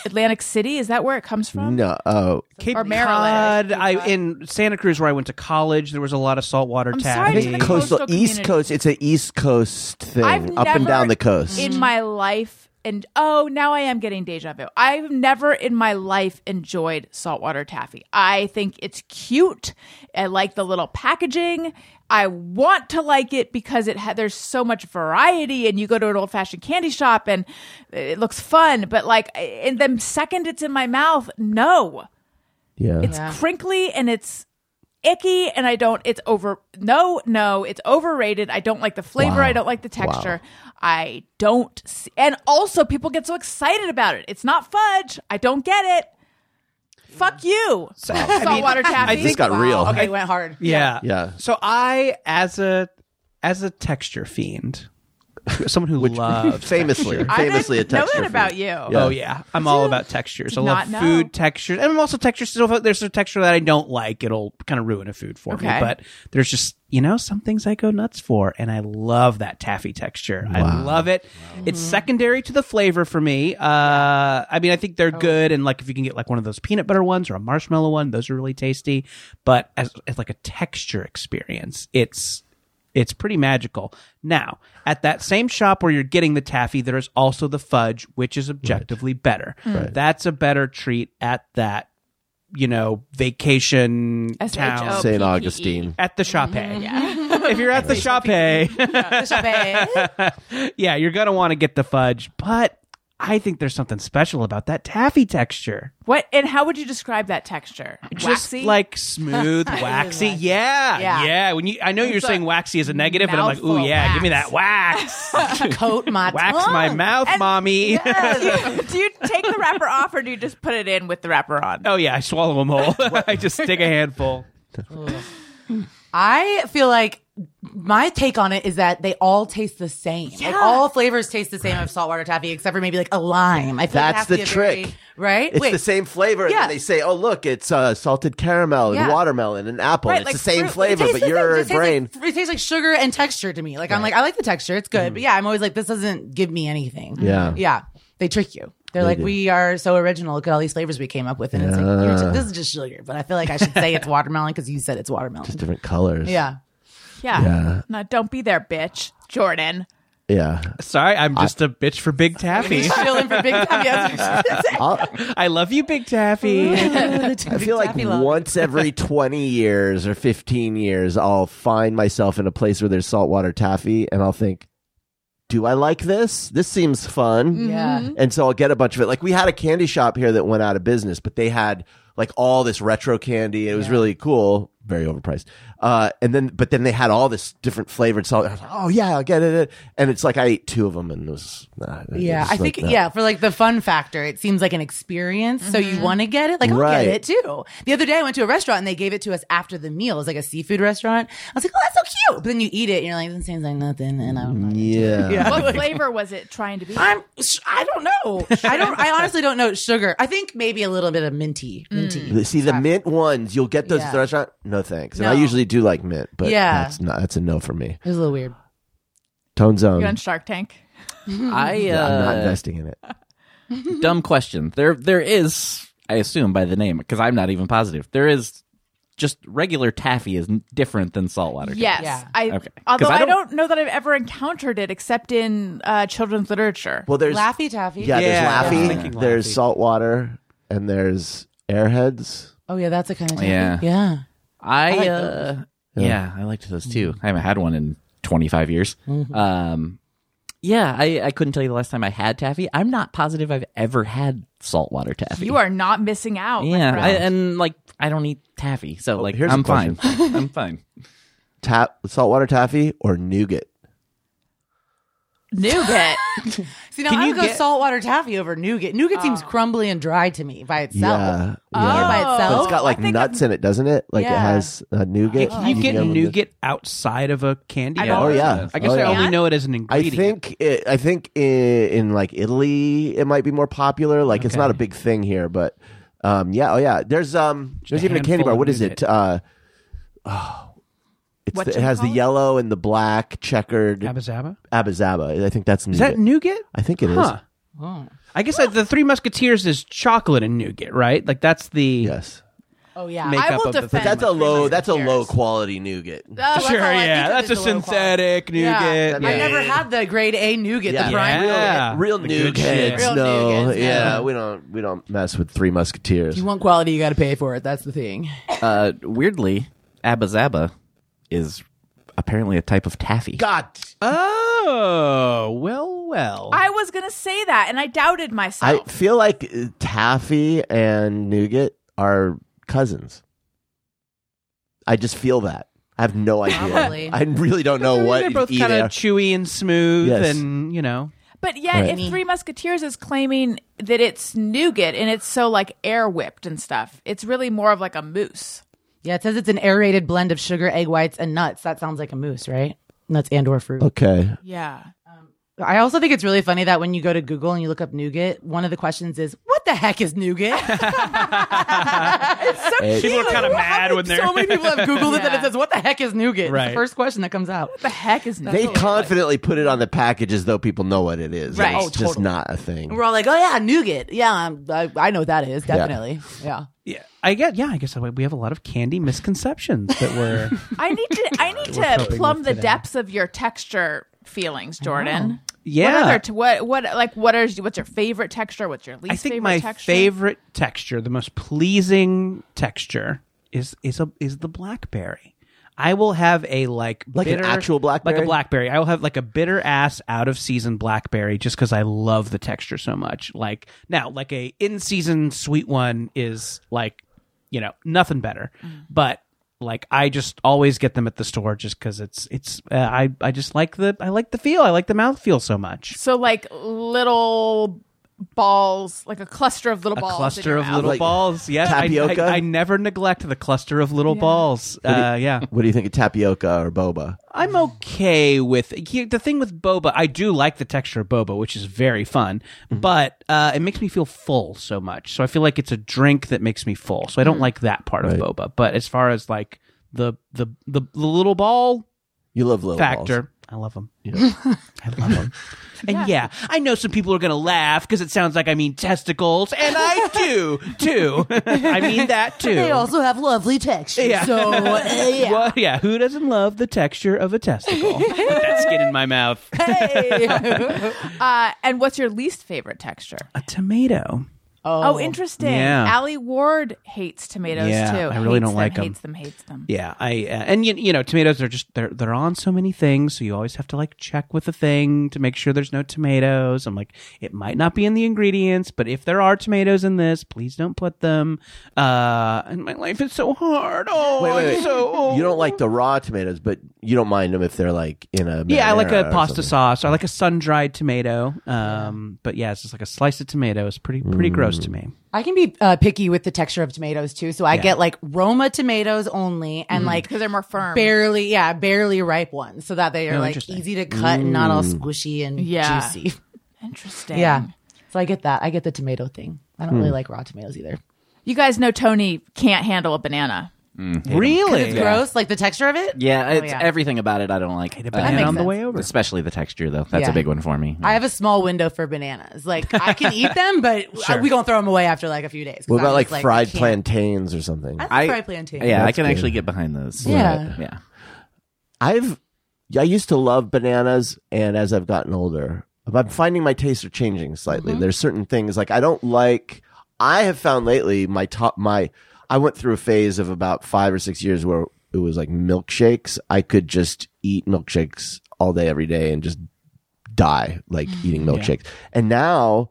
Atlantic City. Is that where it comes from? No, oh, Cape Or Maryland. Cod. I in Santa Cruz where I went to college. There was a lot of saltwater I'm sorry taffy. to the coastal, Coastal East community. Coast. It's an East Coast thing, I've up and never e- down the coast. in my life. And oh, now I am getting deja vu. I've never in my life enjoyed saltwater taffy. I think it's cute. I like the little packaging. I want to like it because it ha- there's so much variety, and you go to an old fashioned candy shop and it looks fun. But like, and then second it's in my mouth, no, yeah, it's crinkly and it's icky and I don't it's over no no it's overrated I don't like the flavor I don't like the texture I don't see, and also people get so excited about it it's not fudge I don't get it fuck you saltwater taffy I think- got real. Okay, it went hard. yeah. Yeah. So I as a as a texture fiend, someone who loves famously, texture. I didn't famously a know texture. that freak. about you Oh yeah, I'm all about textures. I love not know. food textures, and I'm also textures. So if there's a texture that I don't like, it'll kind of ruin a food for me. Okay. But there's just you know some things I go nuts for, and I love that taffy texture. I love it. It's secondary to the flavor for me. Uh, I mean, I think they're good, and like if you can get like one of those peanut butter ones or a marshmallow one, those are really tasty. But as, as like a texture experience, it's it's pretty magical. Now, at that same shop where you're getting the taffy, there is also the fudge, which is objectively better. That's a better treat at that, you know, vacation town. S H O P P E. St. Augustine. At the shop Mm-hmm. If you're at the shop yeah, you're going to want to get the fudge. But I think there's something special about that taffy texture. what and how would you describe that texture Just Waxy? like smooth, waxy. Yeah, Yeah. yeah. When you, I know you're It's saying a waxy is a negative, and I'm like, mouthful ooh, of yeah, give me wax. that wax. Coat my Wax tongue. my mouth, mommy. do, you, do you take the wrapper off or do you just put it in with the wrapper on Oh yeah, I swallow them whole. I just take a handful. I feel like my take on it is that they all taste the same. Like all flavors taste the same of saltwater taffy, except for maybe like a lime. I feel like it That's has to the be a very- trick. right? It's Wait, the same flavor, and Yeah. then they say, "Oh, look, it's uh, salted caramel and Yeah. watermelon and apple. Right, it's like the same fruit. It flavor, tastes but the same. It your just tastes brain." like- it tastes like sugar and texture to me. Like I'm like I like the texture, it's good, but yeah, I'm always like this doesn't give me anything. Mm. Yeah. yeah, they trick you. They're like, we are so original. Look at all these flavors we came up with, and it's like you're just, this is just sugar. But I feel like I should say it's watermelon because you said it's watermelon. Different colors. yeah, yeah no don't be there bitch Jordan Yeah. Sorry, I'm just a bitch for Big Taffy. Chilling for big time. Yes. I'll- I love you, Big Taffy. I feel like Taffy love. once every 20 years or 15 years, I'll find myself in a place where there's saltwater taffy and I'll think, do I like this? This seems fun. Mm-hmm. Yeah. And so I'll get a bunch of it. Like we had a candy shop here that went out of business, but they had like all this retro candy. It was really cool, very overpriced. Uh, and then, but then they had all this different flavored salt. I was like, oh yeah, I'll get it. And it's like I ate two of them and it was, nah, it Yeah, was I like think that. yeah, for like the fun factor, it seems like an experience, so Mm-hmm. you want to get it. Like I'll Right. get it too. The other day, I went to a restaurant and they gave it to us after the meal. It was like a seafood restaurant. I was like, oh, that's so cute. But then you eat it, and you're like, this seems like nothing, and Mm-hmm. I'm. Like, Yeah. What flavor was it trying to be? I'm. I don't know. I don't. I honestly don't know. Sugar. I think maybe a little bit of minty. Mm. Minty. See the mint ones, you'll get those at the Yeah. restaurant. No thanks. And I No. usually do like mint, but Yeah. that's not that's a no for me. It was a little weird. Tone you on zone. Shark Tank? I'm I not uh, investing in it. dumb question. There there is, I assume by the name, because I'm not even positive. There is just regular taffy is n- different than saltwater. taffy. Yes. Yeah. I, Okay. 'Cause Although I I don't, don't- know that I've ever encountered it except in uh, children's literature. Well, there's Laffy Taffy. yeah, Yeah, I was there's thinking Laffy, there's Laffy. saltwater, and there's Airheads. Oh yeah, that's the kind of. Taffy. Yeah. Yeah. I, uh, yeah. I liked those too. I haven't had one in 25 years. Um, yeah, I, I couldn't tell you the last time I had taffy. I'm not positive I've ever had saltwater taffy. you are not missing out. my yeah, friend. I, and like I don't eat taffy, so like here's a I'm question. fine. I'm fine. Ta- saltwater taffy or nougat. nougat. See now Can I you would go get- saltwater taffy over nougat. Nougat seems Oh. crumbly and dry to me by itself. Yeah, Either yeah. by Oh. But itself. it's got like I think nuts in it, doesn't it? Like it Yeah. has a nougat. Can you can get get one that- nougat outside of a candy I've bar? always- Oh, yeah. I guess Oh, I yeah. only know it as an I ingredient. think it, I think i- in, in like Italy it might be more popular. Like it's not a big thing here, but um, yeah, oh yeah. There's um, there's a even a candy handful bar. of What is nougat. it? Uh, oh, it's What the- you it has the call it? yellow and the black checkered Abba Zaba? Abba Zaba. I think that's nougat. Is that nougat? I think it is. Huh. I guess that the Three Musketeers is chocolate and nougat, right? Like that's the Yes, oh yeah. makeup I will of the defend. thing. that's a Three low. That's a Musketeers. low quality nougat. Oh, that's sure, all I yeah, think of that's a is the low quality. synthetic nougat. Yeah. Yeah. I've never had the grade A nougat, Yeah. the prime Yeah. nougat. Real The good nougat. shit. Real No, nougats, yeah, yeah. we don't we don't mess with Three Musketeers. You want quality, you got to pay for it. That's the thing. Uh, weirdly, Abba Zaba is apparently a type of taffy. God, Oh well, well. I was gonna say that, and I doubted I myself. feel like uh, taffy and nougat are cousins. I just feel that. I have no idea. Probably. I really don't know what They're both you eat kind of after- chewy and smooth, Yes. and you know. but yet, Right. if Three Musketeers is claiming that it's nougat and it's so like air whipped and stuff, it's really more of like a mousse. Yeah, it says it's an aerated blend of sugar, egg whites, and nuts. That sounds like a mousse, right? Nuts and or fruit. Okay. Yeah. I also think it's really funny that when you go to Google and you look up nougat, one of the questions is, "What the heck is nougat?" People are kind of mad when they're so many people have Googled it that Yeah. it says, "What the heck is nougat?" It's Right. the first question that comes out. The heck is nougat? They confidently put it on the package as though people know what it is. Right. It's Oh, just not a thing. We're all like, "Oh yeah, nougat. Yeah, I'm- I, I know what that is definitely. Yeah, Yeah, I get. Yeah, I guess that way we have a lot of candy misconceptions that were. I need to. I need to plumb the depths of your texture feelings, Jordan. Yeah. What other? T- what? What? Like what are? What's your favorite texture? What's your least? I think favorite my texture? favorite texture, the most pleasing texture, is is a is the blackberry. I will have a like Like an bitter- actual blackberry? like a blackberry. I will have like a bitter ass out of season blackberry just because I love the texture so much. Like now, like a in season sweet one is like you know nothing better, Mm. but. Like I just always get them at the store just because it's it's uh, I I just like the I like the feel I like the mouth feel so much. So like little balls, like a cluster of little a balls. in cluster your of mouth. little Like balls. Yeah, I- I- tapioca? I, never neglect the cluster of little balls. Uh, yeah, What do you think of tapioca or boba? I'm okay with he- the thing with boba. I do like the texture of boba, which is very fun, but uh, it makes me feel full so much. So I feel like it's a drink that makes me full. So I don't like that part of boba. But as far as like the the the, the little ball You love little factor, balls. I love them. I love them. And yeah, I know some people are going to laugh because it sounds like I mean testicles, and I do too. I mean that too. They also have lovely texture. Yeah. So uh, yeah. Well, yeah. Who doesn't love the texture of a testicle? Put that skin in my mouth. Hey. Uh, and what's your least favorite texture? A tomato. Oh, interesting. Yeah. Allie Ward hates tomatoes Yeah, too. I really Hates don't like 'em. Hates them. Hates them. Yeah, I uh, and you, you know tomatoes are just they're they're on so many things, so you always have to like check with the thing to make sure there's no tomatoes. I'm like, it might not be in the ingredients, but if there are tomatoes in this, please don't put them. Uh, and my life is so hard. Oh, Wait, wait, I'm wait. so You don't like the raw tomatoes, but you don't mind them if they're like in a Yeah, I like marinara a or pasta something. sauce. I like a sun dried tomato. Um, but yeah, it's just like a slice of tomato. It's pretty pretty gross to me. I can be uh, picky with the texture of tomatoes too. So I get like Roma tomatoes only and like because they're more firm. barely, yeah, barely ripe ones so that they are Oh, like interesting. easy to cut and not all squishy and Yeah. juicy. Interesting. Yeah. So I get that. I get the tomato thing. I don't really like raw tomatoes either. You guys know Tony can't handle a banana. Really? It's gross, like the texture of it. Yeah, it's yeah. everything about it I don't like. a banana Uh, on the way over. Especially the texture, though. That's Yeah. a big one for me. I have a small window for bananas. Like I can eat them, but I- we gonna throw them away after like a few days. 'cause What I'm about like, just I fried can't. plantains or something? I like I- fried plantain. yeah, I That's can good. actually get behind those. Yeah. yeah. I've I used to love bananas, and as I've gotten older, I'm finding my tastes are changing slightly. There's certain things like I don't like. I have found lately my top my I went through a phase of about five or six years where it was like milkshakes. I could just eat milkshakes all day every day and just die like eating milkshakes. And now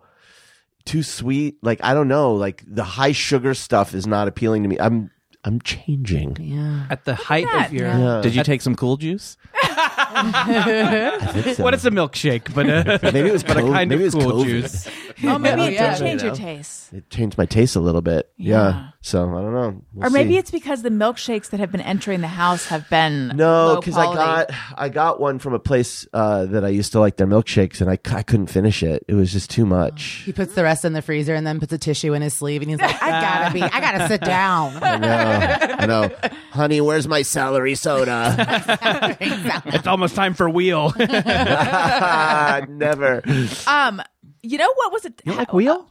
too sweet, like I don't know, like the high sugar stuff is not appealing to me. I'm I'm changing. Yeah. At the height that. of your. Mm. Yeah. Did you take some cool juice? I think so. What is a milkshake? But uh, Maybe it was but a COVID- kind maybe it of was cool COVID. juice. Oh, maybe it Yeah. did change your taste. it changed my taste a little bit. Yeah. Yeah. So I don't know. We'll or maybe see. it's because the milkshakes that have been entering the house have been no, low because I quality. got I got one from a place uh, that I used to like their milkshakes, and I, c- I couldn't finish it. It was just too much. He puts the rest in the freezer and then puts a tissue in his sleeve and he's like, I gotta be, I gotta sit Oh. down. No, I know, honey. Where's my celery soda? It's almost time for wheel. Never. um. You know what was it? like wheel?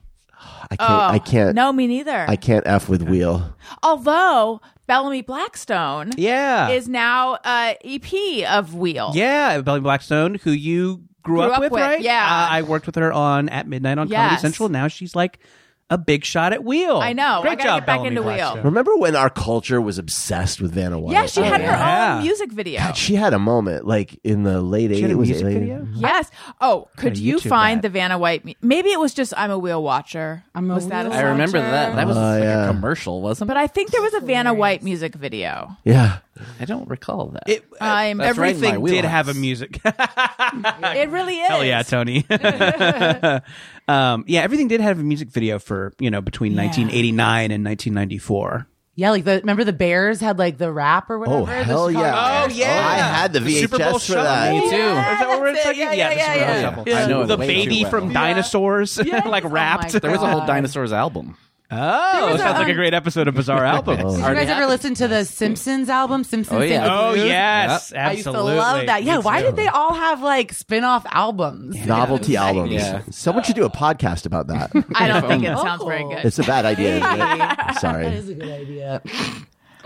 I can't. I can't. Oh. No, me neither. I can't f with wheel. Although Bellamy Blackstone, Yeah. is now uh, EP of Wheel. Yeah, Belly Blackstone, who you grew, up, with, right? yeah. Uh, I worked with her on At Midnight on Comedy Yes. Central. Now she's like a big shot at Wheel. I know. Great I gotta job, get back Bellamy into Wheel. Blackstone. Oh, Remember when our culture was obsessed with Vanna White? Oh, Yeah, she had her yeah. own music video. She had a moment like in the late had a eighties. music video? Yes. Oh, could Gotta you YouTube find that. the Vanna White? Me- Maybe it was just I'm a wheel watcher. I'm a was that a wheel I remember song that. term? That was Oh, like yeah. a commercial, wasn't But it? I think there was a Vanna White music video. Yeah. I don't recall that. It, I'm That's right in my everything did wheelhouse. have a music. It really is. Hell yeah, Tony. um, yeah, everything did have a music video for, you know, between 1989 and 1994. Yeah, like the remember the Bears had like the rap or whatever. Oh The hell Chicago yeah! Bears? Oh, yeah. I had the The VHS Super Bowl for shuffle. that. Me too. Is that what we're talking? Yeah, yeah, yeah, yeah. Yeah. I know it The way too baby well. from Dinosaurs, like Oh my wrapped. there was a whole God. dinosaurs album. Oh, was sounds a, like a um, great episode of Bizarre Oh, Albums. Did you guys ever listen to the Simpsons album, Simpsons? Oh, Sing yeah. the Oh Blues? yes, I used to absolutely. love that. Yeah, Me why too. did they all have like spin-off albums? novelty albums. Yeah. Someone should do a podcast about that. I don't think it Oh. sounds very good. it's a bad idea. isn't it? Sorry. a good idea.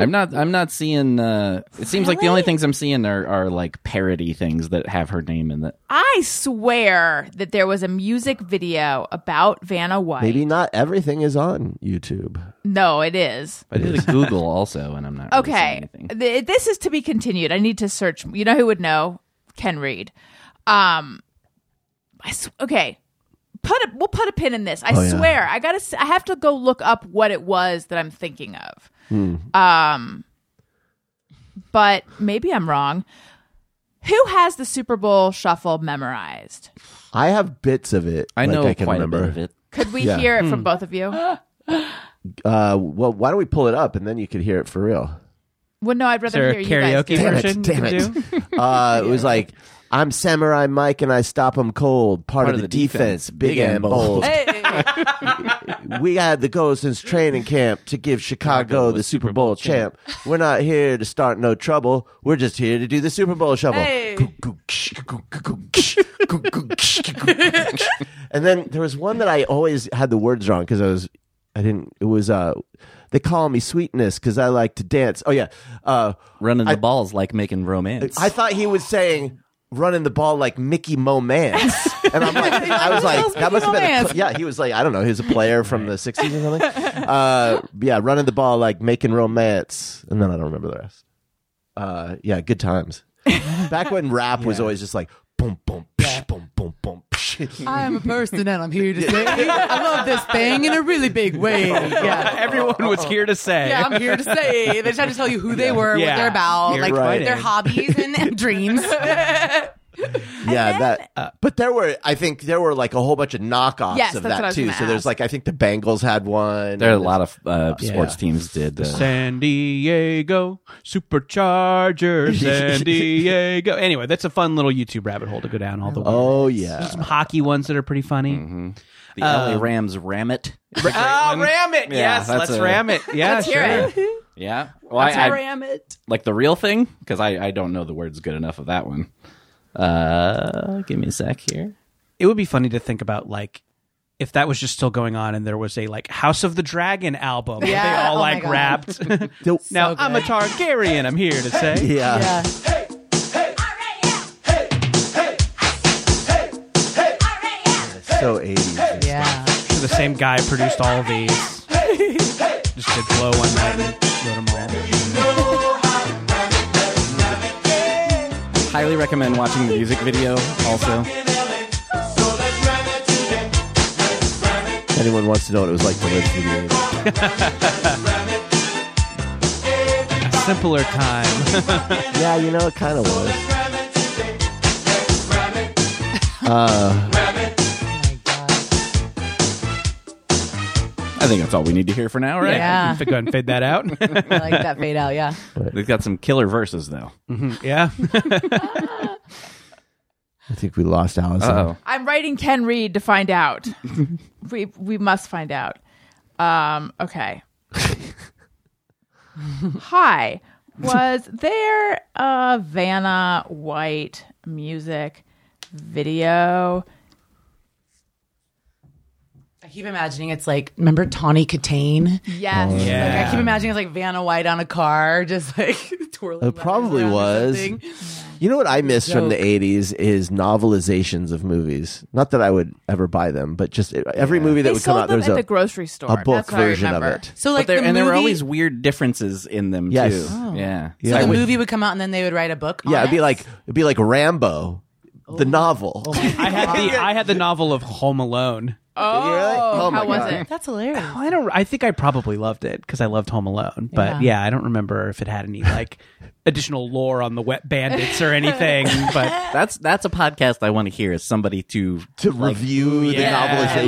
I'm not. I'm not seeing. Uh, it seems like the only things I'm seeing are, are like parody things that have her name in it. I swear that there was a music video about Vanna White. Maybe not everything is on YouTube. No, it is. I did a Google also, and I'm not. really Okay. seeing anything. Th- this is to be continued. I need to search. You know who would know? Ken Reed. Um, I s- okay. Put a, we'll put a pin in this. I Oh, yeah. swear. I gotta. s- I have to go look up what it was that I'm thinking of. Hmm. Um, but maybe I'm wrong. Who has the Super Bowl shuffle memorized? I have bits of it. I like, know I can quite remember. a bit of it. Could we Yeah. hear it Hmm. from both of you? Uh, well, why don't we pull it up and then you could hear it for real? Well, no, I'd Is rather there a hear you guys. karaoke do it. Damn it, version? damn to it. do? Uh, it was like, I'm Samurai Mike and I stop 'em cold. Part, of, the, defense, big and bold. we had the goal since training camp to give Chicago the Super Bowl champ. We're not here to start no trouble. We're just here to do the Super Bowl shovel. and then there was one that I always had the words wrong because I was, I didn't. It was uh, they call me sweetness because I like to dance. Oh yeah, uh, Running the I- balls like making romance. I thought he was saying running the ball like Mickey Momance. And I'm like, I was like, Who's that Mickey must have been, a, Momance? pl- yeah. He was like, I don't know, he was a player from the '60s or something. Uh, yeah, running the ball like making romance, and then I don't remember the rest. Uh, yeah, good times. Back when rap was always just like boom, boom, psh, boom, boom, boom. psh. Uh, I'm a person and I'm here to say I love this thing in a really big way. Yeah. Everyone was here to say. Yeah, I'm here to say. They just had to tell you who they were, Yeah. what they're about, You're like right. their hobbies and, and dreams. Yeah, that. but there were, I think, there were like a whole bunch of knockoffs uh, Yes, of that's what I that was too. gonna So there's ask. like, I think the Bengals had one. there are a lot of uh, Yeah. sports teams did. Uh, San Diego Superchargers, San Diego. Anyway, that's a fun little YouTube rabbit hole to go down all the way. Oh yeah, Some hockey ones that are pretty funny. the LA Rams ram it. Ah, ram it! Yeah, yes, that's let's a- ram it. Yeah, Let's sure. hear it. Yeah. Well, I, I- Ram it. like the real thing because I, I don't know the words good enough of that one. Uh, give me a sec here. It would be funny to think about like if that was just still going on and there was a like House of the Dragon album. where they Yeah, all oh my like God. rapped. Dope. now I'm a good. Targaryen. I'm here to say. yeah. Yeah. So 80s. Yeah. The same guy produced all of these. Just did blow one night and wrote them all. Highly recommend watching the music video. Also, Anyone wants to know what it was like to live through the 80s? A simpler time. Yeah, you know, it kind of was. I think that's all we need to hear for now, right? Yeah. Go ahead and fade that out. I like that fade out. Yeah. They've got some killer verses though. yeah. I think we lost Allison. Uh-oh. I'm writing Ken Reed to find out. we we must find out. Um, okay. Hi. Was there a Vanna White music video? I keep imagining it's like, remember Tawny Katane? Oh, Yes. Like, I Yeah. keep imagining it's like Vanna White on a car, just like twirling. It probably letters around or was. something. You know what I miss from the Joke. 80s is novelizations of movies. Not that I would ever buy them, but just every movie that They would come sold out, them there at was the a, grocery store. a book That's what I version of remember. it. So But like there, the and there were movie- always weird differences in them Yes. too. Oh. Yeah. So Yeah. the movie would come out and then they would write a book. on Yeah, it'd be it? like it'd be like Rambo, Oh. the novel. I had the I had the novel of Home Alone. Oh, Really? Oh my how was God. it? that's hilarious. Well, Oh, I don't. I think I probably loved it because I loved Home Alone. But yeah. Yeah. I don't remember if it had any like additional lore on the wet bandits or anything. But That's that's a podcast I want to hear is somebody to to review yeah, the and,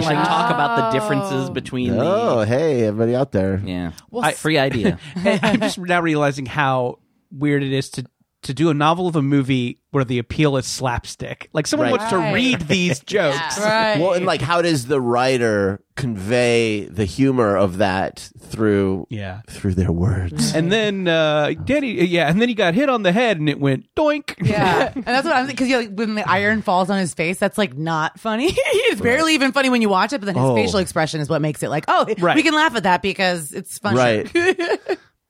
novelization. like talk about the differences between oh, the hey, everybody out there. yeah. I- free idea. I- I'm just now realizing how weird it is to to do a novel of a movie where the appeal is slapstick. Like someone Right. wants to Right. read these jokes. Right. Well, and like, how does the writer convey the humor of that through Yeah. through their words? And then uh, Danny, yeah, and then he got hit on the head and it went doink. yeah, and that's what I'm because like, when the iron falls on his face, that's like not funny. it's barely even funny when you watch it, but then his Oh. facial expression is what makes it like, oh, Right. we can laugh at that because it's funny. Right.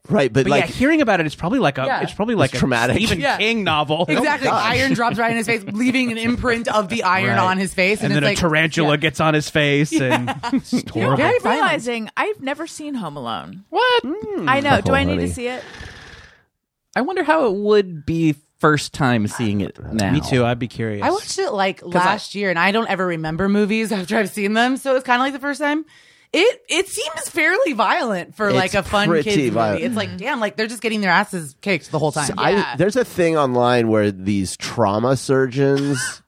right, but, But like yeah, hearing about it, it's probably like a Yeah. it's probably like a traumatic. Stephen Yeah. King novel. Exactly. gosh. iron drops right in his face, leaving an imprint of the iron Right. on his face, and and, then a it's like tarantula yeah. gets on his face and it's just horrible. Very I'm violent. realizing I've never seen Home Alone. What? I know. Do I need to Mm. honey. see it? I wonder how it would be first time seeing it now. Me too. I'd be curious. I watched it like last year, and I don't ever remember movies after I've seen them, so it's kind of like the first time. It it seems fairly violent for like a fun pretty kids movie. violent. It's like damn, like they're just getting their asses kicked the whole time. I, there's a thing online where these trauma surgeons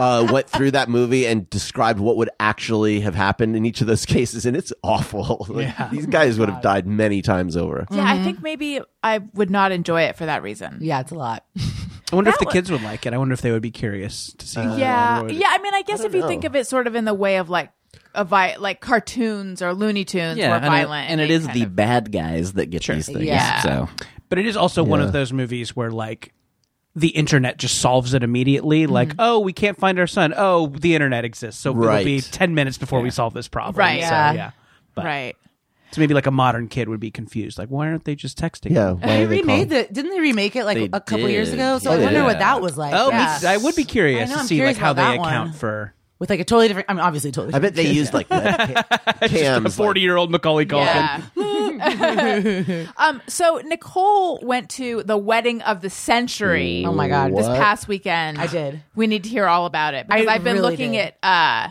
uh, went through that movie and described what would actually have happened in each of those cases, and it's awful. Like, These guys would have died many times over. Mm. Yeah, Mm-hmm. I think maybe I would not enjoy it for that reason. yeah, it's a lot. I wonder if the That kids would like it. I wonder if they would be curious to see. Yeah, yeah. I mean, I guess if you think of it sort of in the way of like a vi- like cartoons or Looney Tunes Yeah, were and, it- violent, and it they is kind the of- bad guys that get these things. Yeah. So But it is also one of those movies where like the internet just solves it immediately. Mm-hmm. Like, oh, we can't find our son. Oh, the internet exists. So it'll be Right. 10 minutes before we solve this problem. Right. So, Yeah. yeah. But, right. So maybe like a modern kid would be confused. Like, why aren't they just texting? Yeah, me? why They are they remade called- the didn't they remake it like They a couple years did. ago? So Oh, I wonder yeah. what that was like. Oh, me- yeah. I would be curious I know, to I'm see curious like how about they that account one. for with like a totally different. I mean, obviously totally. I Different. bet they used like webca- a cams. like- forty-year-old Macaulay Culkin. Yeah. um, so Nicole went to the wedding of the century. Oh my god, This this, past weekend, I did. We need to hear all about it because I I've been really looking did. at uh,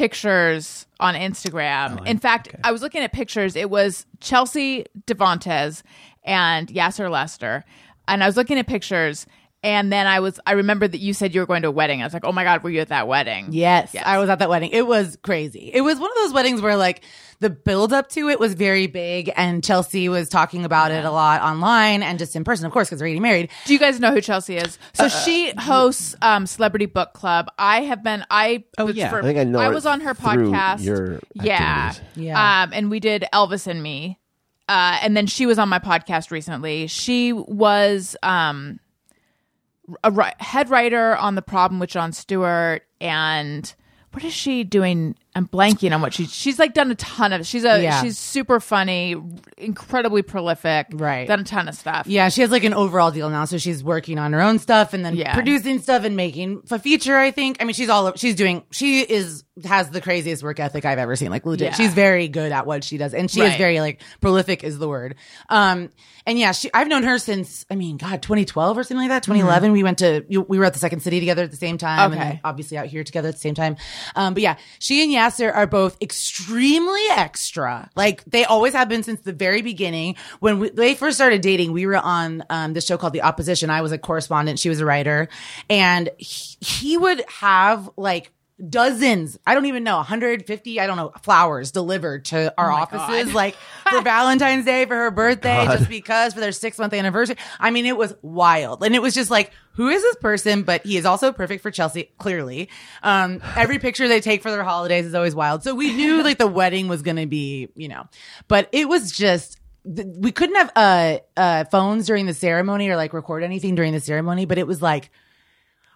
pictures on Instagram. In fact, I was looking at pictures. It was Chelsea Devantes and Yasser Lester, and I was looking at pictures. And then I was, I remembered that you said you were going to a wedding. I was like, oh my God, were you at that wedding? Yes, I was at that wedding. It was crazy. It was one of those weddings where like the build up to it was very big, and Chelsea was talking about it a lot online and just in person, of course, because they're getting married. Do you guys know who Chelsea is? So Uh, she hosts um, Celebrity Book Club. I have been. I oh yeah. I think I know her was on her through podcast. your yeah, activities. Yeah. Um, and we did Elvis and Me, uh, and then she was on my podcast recently. She was um, a ri- head writer on the Problem with John Stewart, and what is she doing? I'm blanking on what she. She's like done a ton of. She's a. Yeah. She's super funny, incredibly prolific. Right. Done a ton of stuff. Yeah, she has like an overall deal now, so she's working on her own stuff and then Yeah. producing stuff and making a feature. I think. I mean, she's all she's doing. She is has the craziest work ethic I've ever seen. Like legit, Yeah. she's very good at what she does, and she Right. is very like prolific is the word. Um, and yeah, she I've known her since I mean, God, 2012 or something like that. 2011, Mm-hmm. we went to you- we were at the Second City together at the same time, and Okay. then obviously out here together at the same time. Um, but yeah, she and Yasser are both extremely extra. Like they always have been since the very beginning. When we, they first started dating, we were on um, this show called The Opposition. I was a correspondent, she was a writer, and he, he would have like dozens i don't even know 150 i don't know flowers delivered to our offices like for valentine's day for her birthday just because for their six month anniversary i mean it was wild and it was just like who is this person but he is also perfect for chelsea clearly um every picture they take for their holidays is always wild so we knew like the wedding was gonna be you know but it was just th- we couldn't have uh uh phones during the ceremony or like record anything during the ceremony but it was like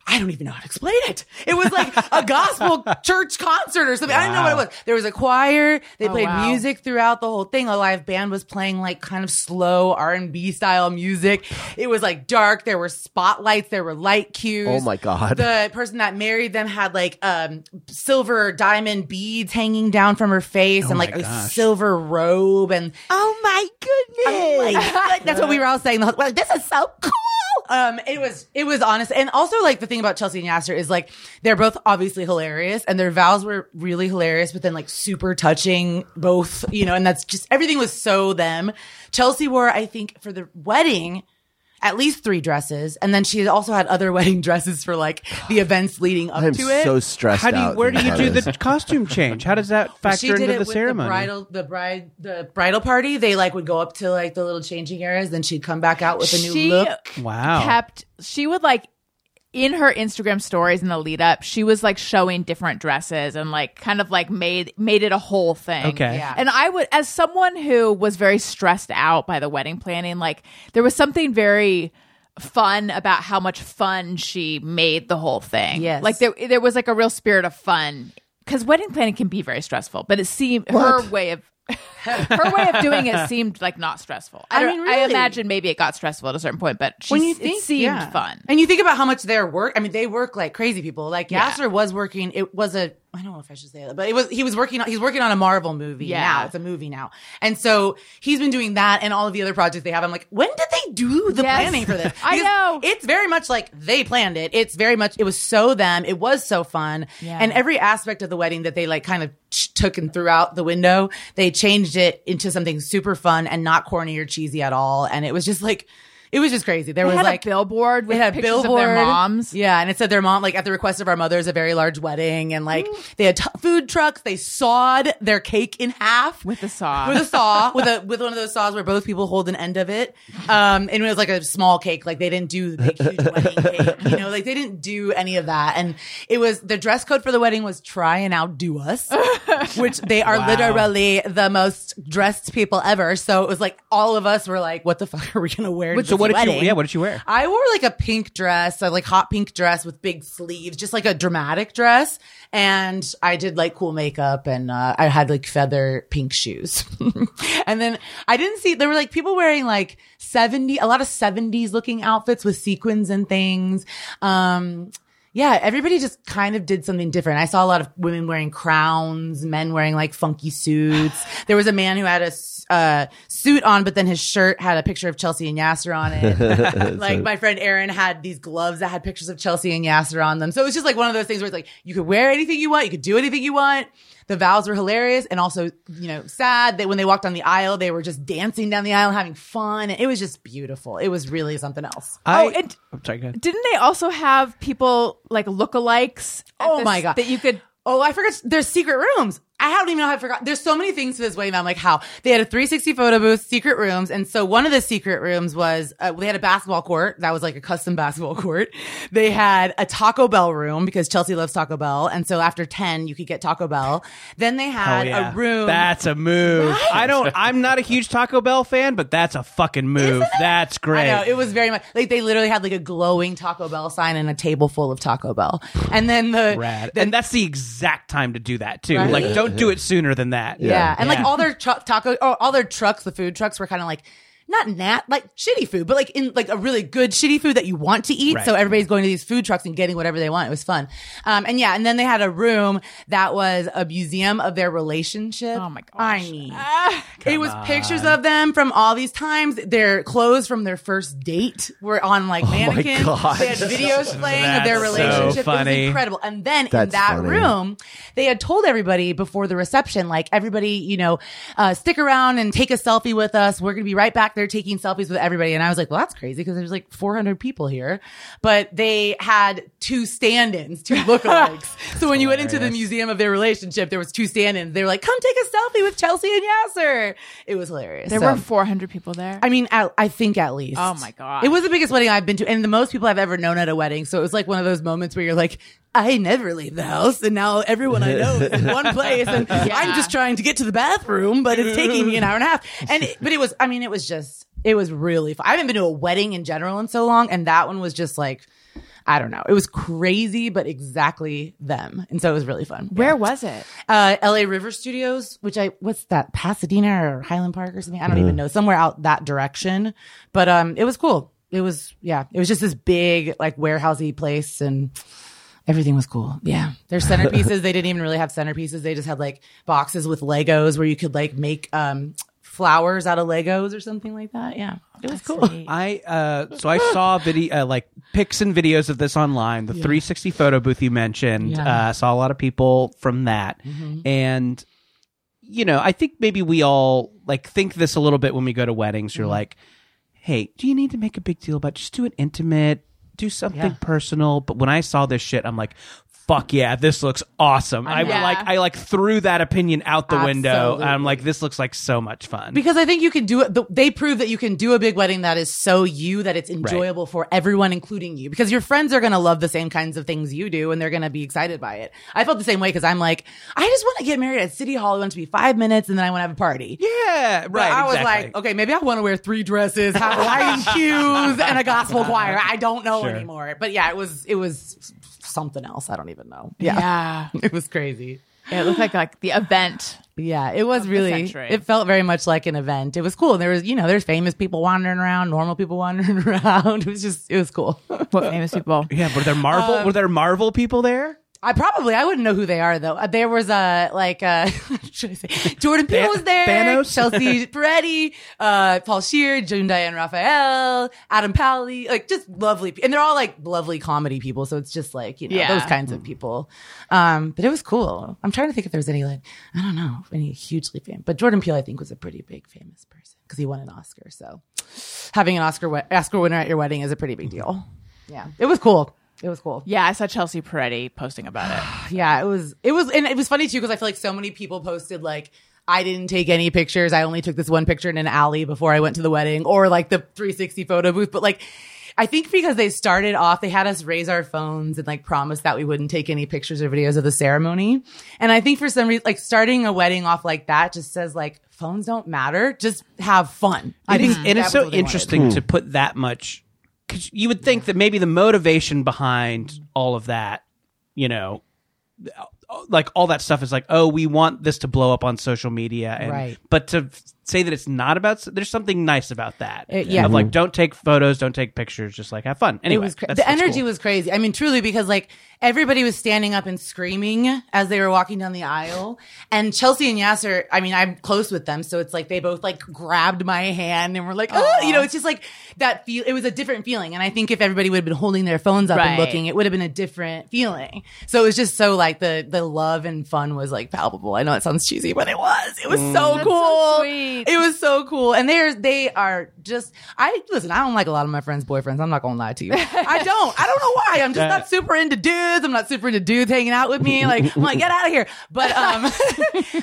I don't even know how to explain it. It was like a gospel church concert or something. I don't know what it was. There was a choir. They Oh, played wow. music throughout the whole thing. A live band was playing like kind of slow R and B style music. It was like dark. There were spotlights. There were light cues. Oh my God. The person that married them had like um silver diamond beads hanging down from her face Oh, and like a silver robe and oh my goodness. That's what we were all saying. The whole, like, this is so cool. Um, it was it was honest, and also like the thing about Chelsea and Yasser is like they're both obviously hilarious, and their vows were really hilarious, but then like super touching, both you know, and that's just everything was so them. Chelsea wore, I think, for the wedding at least three dresses, and then she also had other wedding dresses for like the events leading up I'm to it. so stressed How do you? out Where do thinking you do about the costume change? How does that factor she did into it the with ceremony? the bridal, the bride, the bridal party. They like would go up to like the little changing areas, then she'd come back out with a new she look. Wow. kept she would like in her Instagram stories in the lead up, she was like showing different dresses and like kind of like made made it a whole thing. Okay. Yeah. And I would as someone who was very stressed out by the wedding planning, like there was something very fun about how much fun she made the whole thing. Yes. Like there there was like a real spirit of fun cuz wedding planning can be very stressful, but it seemed her way of her way of doing it seemed like not stressful. I, I don't- mean, I really. imagine maybe it got stressful at a certain point, but she, when you it think seemed yeah. fun. and you think about how much their work i mean they work like crazy people like yasser was working it was a i don't know if i should say that but it was he was working on he's working on a marvel movie Yeah. now it's a movie now and so he's been doing that and all of the other projects they have i'm like when did they do the Yes. planning for this I Because know. it's very much like they planned it it's very much it was so them it was so fun Yeah. and every aspect of the wedding that they like kind of ch- took and threw out the window they changed it into something super fun and not corny or cheesy at all and it was just like it was just crazy. There They was had like a billboard with they had a pictures billboard. of their moms. Yeah, and it said their mom, like at the request of our mother, is a very large wedding, and like they had t- food trucks. They sawed their cake in half With a saw. with a saw, with a with one of those saws where both people hold an end of it. Um, and it was like a small cake. Like they didn't do the big huge wedding cake. You know, like they didn't do any of that. And it was the dress code for the wedding was try and outdo us, which they are literally the most dressed people ever. So it was like all of us were like, what the fuck are we gonna wear? to so what did wedding. you? Yeah, what did you wear? I wore like a pink dress, a like hot pink dress with big sleeves, just like a dramatic dress. And I did like cool makeup and uh, I had like feather pink shoes. and then I didn't see, there were like people wearing like 70, a lot of 70s looking outfits with sequins and things. Um, yeah, everybody just kind of did something different. I saw a lot of women wearing crowns, men wearing like funky suits. There was a man who had a s- uh, suit on, but then his shirt had a picture of Chelsea and Yasser on it. like my friend Aaron had these gloves that had pictures of Chelsea and Yasser on them. So it was just like one of those things where it's like you could wear anything you want, you could do anything you want. The vows were hilarious and also, you know, sad that when they walked down the aisle, they were just dancing down the aisle, having fun. It was just beautiful. It was really something else. I, oh, and I'm sorry, go ahead. didn't they also have people like lookalikes? at Oh this my God. That you could. Oh, I forgot. There's secret rooms. I don't even know how I forgot. There's so many things to this wedding. that I'm like, how they had a 360 photo booth, secret rooms, and so one of the secret rooms was uh, they had a basketball court that was like a custom basketball court. They had a Taco Bell room because Chelsea loves Taco Bell, and so after 10 you could get Taco Bell. Then they Oh, had yeah. a room. That's a move. I don't. I'm not a huge Taco Bell fan, but that's a fucking move. That's I great. know it was very much like they literally had like a glowing Taco Bell sign and a table full of Taco Bell, and then the Rad. the- and that's the exact time to do that too. Right. Like, don't do it sooner than that. Yeah. And like Yeah. all their tru- taco or all their trucks, the food trucks were kind of like not nat like shitty food, but like in like a really good shitty food that you want to eat. Right. So everybody's going to these food trucks and getting whatever they want. It was fun. Um and yeah, and then they had a room that was a museum of their relationship. Oh my gosh. I mean, it was pictures of them from all these times. Their clothes from their first date were on like mannequins. God. They had videos playing of their That's so relationship. It funny. was incredible. And then in That's that funny. room room, they had told everybody before the reception, like everybody, you know, uh, stick around and take a selfie with us. We're going to be right back there taking selfies with everybody. And I was like, well, that's crazy because there's like 400 people here, but they had two stand-ins, two lookalikes. so when you went into the museum of their relationship, there was two stand-ins. They were like, come take a selfie with Chelsea and Yasser. It was hilarious. There So- were 400 people there. I mean, at, I think at least. Oh my God. It was the biggest wedding I've been to, and the most people I've ever known at a wedding. So it was like one of those moments where you're like, I never leave the house, and now everyone I know is in one place, and I'm just trying to get to the bathroom, but it's taking me an hour and a half. And it, but it was, I mean, it was just, it was really fun. I haven't been to a wedding in general in so long, and that one was just like, I don't know, it was crazy, but exactly them, and so it was really fun. Where was it? uh, LA River Studios, which I what's that Pasadena or Highland Park or something? I don't even know. Somewhere out that direction, but um, it was cool. It was yeah, it was just this big like warehousey place and. Everything was cool. Yeah. Their centerpieces, they didn't even really have centerpieces. They just had like boxes with Legos where you could like make um, flowers out of Legos or something like that. Yeah. It was cool. I uh, so I saw video uh, like pics and videos of this online. The 360 photo booth you mentioned. Yeah. Mm-hmm. Uh, saw a lot of people from that, and you know, I think maybe we all like think this a little bit when we go to weddings. Mm-hmm. You're like, hey, do you need to make a big deal about? Just do it intimate, do something Yeah. personal. But when I saw this shit, I'm like. Fuck yeah, this looks awesome. I know. like I like threw that opinion out the window. And I'm Absolutely. like this looks like so much fun. Because I think you can do it. the- They prove that you can do a big wedding that is so you that it's enjoyable for everyone, including you. Because your friends are going to love the same kinds of things you do, and they're going to be excited by it. I felt the same way because I'm like, I just want to get married at City Hall. I want it to be five minutes, and then I want to have a party. yeah, right. But I was exactly. like, okay, maybe I want to wear three dresses, have lighting cues, and a gospel choir. I don't know anymore. But yeah, it was it was something else. I don't even know. Yeah, it was crazy. Yeah, It looked like like the event. Yeah, it was really. century. It felt very much like an event. It was cool. There was, you know, there's famous people wandering around, normal people wandering around. It was just, it was cool. What famous people? Yeah, were there Marvel? Um, were there Marvel people there? I probably I wouldn't know who they are though. Uh, There was a like uh, what should I say? Jordan Peele was there, Thanos? Chelsea Peretti, uh, Paul Shear, June Diane Raphael, Adam Pally, like just lovely, pe- and they're all like lovely comedy people. So it's just like you know Yeah. those kinds of people. Um, but it was cool. I'm trying to think if there was any like I don't know any hugely famous, but Jordan Peele I think was a pretty big famous person because he won an Oscar. So having an Oscar we- Oscar winner at your wedding is a pretty big deal. Yeah, it was cool. It was cool Yeah, I saw Chelsea Peretti posting about it. yeah, it was it was and it was funny too because I feel like so many people posted like I didn't take any pictures. I only took this one picture in an alley before I went to the wedding or like the 360 photo booth, but like I think because they started off, they had us raise our phones and like promise that we wouldn't take any pictures or videos of the ceremony. And I think for some reason, like starting a wedding off like that just says like phones don't matter. Just have fun. I It is, think and that it's was so what they wanted. interesting to put that much. Cause you would think that maybe the motivation behind all of that, you know, like all that stuff is like, oh, we want this to blow up on social media, and Right. but to f- say that it's not about, there's something nice about that. Uh, yeah. of like, don't take photos, don't take pictures, just like have fun. Anyway, it was cra- that's- the that's energy cool. was crazy. I mean, truly, because like everybody was standing up and screaming as they were walking down the aisle. And Chelsea and Yasser, I mean, I'm close with them, so it's like they both like grabbed my hand and were like, oh, you know, it's just like that feel. It was a different feeling, and I think if everybody would have been holding their phones up Right. and looking, it would have been a different feeling. So it was just so like the the love and fun was like palpable. I know it sounds cheesy, but it was. It was Mm, so That's so cool. sweet. It was so cool. And they're they are just I listen, I don't like a lot of my friends' boyfriends. I'm not gonna lie to you. I don't. I don't know why. I'm just not super into dudes. I'm not super into dudes hanging out with me. Like I'm like, get out of here. But um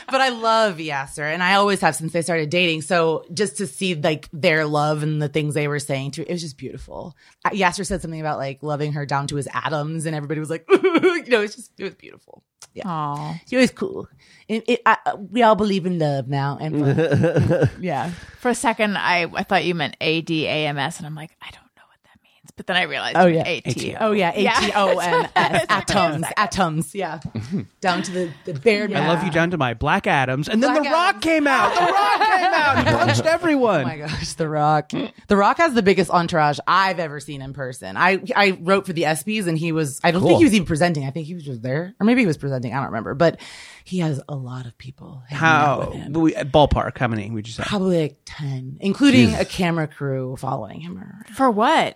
but I love Yasser and I always have since they started dating. So just to see like their love and the things they were saying to it was just beautiful. Uh, Yasser said something about like loving her down to his atoms and everybody was like, you know, it's just it was beautiful. Yeah. Aw. It was cool. It, it, I, uh, we all believe in love now, and fun. yeah, For a second, I, I thought you meant A D A M S, and I'm like, I don't know what that means. But then I realized, Oh, it was yeah. AT. Oh yeah, Yeah. A T O N S atoms, atoms. Yeah, down to the the bare. I love you down to my Black Adams, and then Black The Rock Adams. came out. The Rock came out. He punched everyone. Oh my gosh, The Rock. The Rock has the biggest entourage I've ever seen in person. I I wrote for the ESPYS and he was. I don't think he was even presenting. I think he was just there, or maybe he was presenting. I don't remember. But he has a lot of people. hanging out with How him. we, ballpark? How many would you say? Probably like ten, including a camera crew following him around. For what?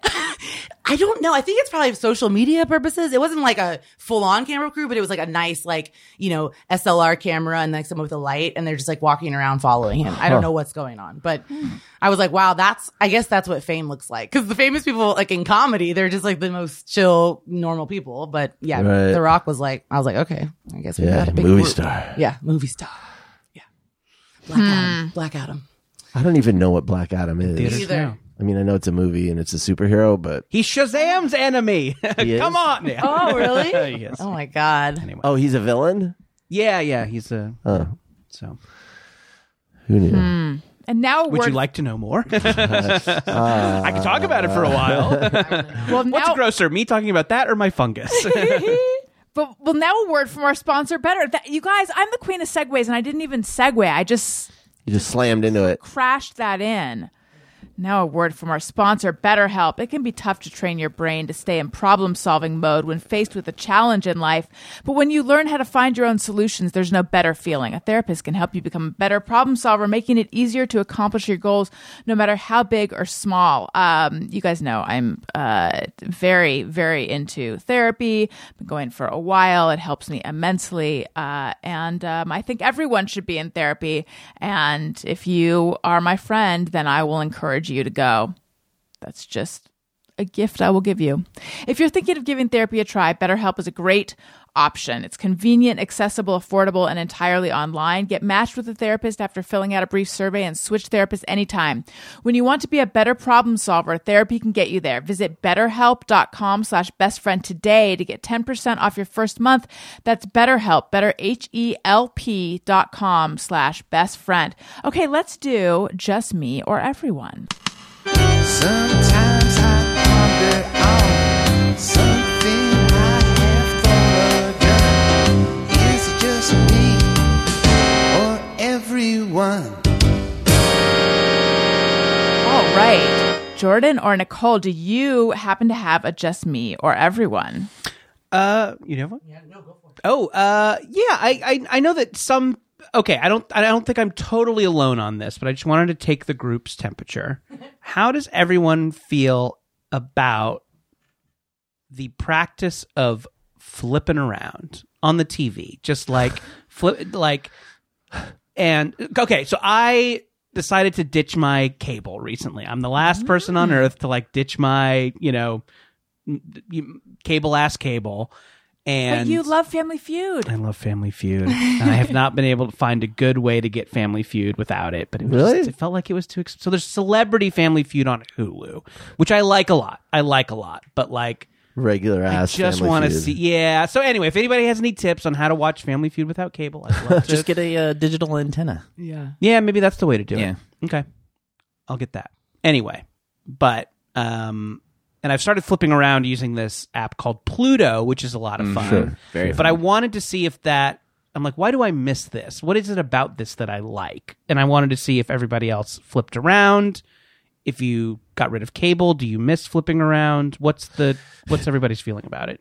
I don't know. I think it's probably social media purposes. It wasn't like a full on camera crew, but it was like a nice, like, you know, SLR camera and like someone with a light and they're just like walking around following him. I don't know what's going on, but Hmm. I was like, wow, that's, I guess that's what fame looks like. Cause the famous people, like in comedy, they're just like the most chill, normal people. But yeah, Right. The Rock was like, I was like, okay, I guess we Yeah, got a big movie group. star. Yeah, movie star. Yeah. Black Adam. Black Adam. I don't even know what Black Adam Theaters is. Either. now. I mean, I know it's a movie and it's a superhero, but He Shazam's enemy. is? Come on. Yeah. Oh, really? Yes. oh my God. oh, he's a villain. Yeah, yeah, he's a Oh, so. who knew? Hmm. And now Would we're you like to know more? I could talk about it for a while. well now What's grosser, me talking about that or my fungus? But well, now a word from our sponsor, Better. That, you guys, I'm the queen of segues, and I didn't even segue. I just You just slammed into it. crashed that in. Now a word from our sponsor, BetterHelp. It can be tough to train your brain to stay in problem-solving mode when faced with a challenge in life, but when you learn how to find your own solutions, there's no better feeling. A therapist can help you become a better problem solver, making it easier to accomplish your goals, no matter how big or small. Um, you guys know I'm uh, very, very into therapy. Been going for a while. It helps me immensely, uh, and um, I think everyone should be in therapy. And if you are my friend, then I will encourage you to go. That's just a gift I will give you. If you're thinking of giving therapy a try, BetterHelp is a great option. It's convenient, accessible, affordable, and entirely online. Get matched with a therapist after filling out a brief survey and switch therapists anytime. When you want to be a better problem solver, therapy can get you there. Visit betterhelp.com slash bestfriend today to get 10% off your first month. That's BetterHelp, E better H-E-L-P dot com slash bestfriend. Okay, let's do just me or everyone. Sometimes I ponder on something I have thought or done. Is it just me or everyone? All right. Jordan or Nicole, do you happen to have a just me or everyone? Uh, you know what? Yeah, no, go for it. Oh, uh, yeah, I, I, I know that some. Okay, I don't, I don't think I'm totally alone on this, but I just wanted to take the group's temperature. How does everyone feel about the practice of flipping around on the TV? Just like flip, like, and okay, so I decided to ditch my cable recently. I'm the last person Mm. on earth to like ditch my, you know, m- cable ass cable And But you love Family Feud. I love Family Feud. and I have not been able to find a good way to get Family Feud without it. But it was Really? just- it felt like it was too. Ex- so there's Celebrity Family Feud on Hulu, which I like a lot. I like a lot, but like Regular ass. I just want to see. Yeah. So anyway, if anybody has any tips on how to watch Family Feud without cable, I'd love to. Just get a uh, digital antenna. Yeah, maybe that's the way to do Yeah. it. Okay. I'll get that. Anyway, but um and I've started flipping around using this app called Pluto, which is a lot of fun. Very but I wanted to see if that I'm like, why do I miss this? What is it about this that I like? And I wanted to see if everybody else flipped around. If you got rid of cable, do you miss flipping around? What's the what's everybody's feeling about it?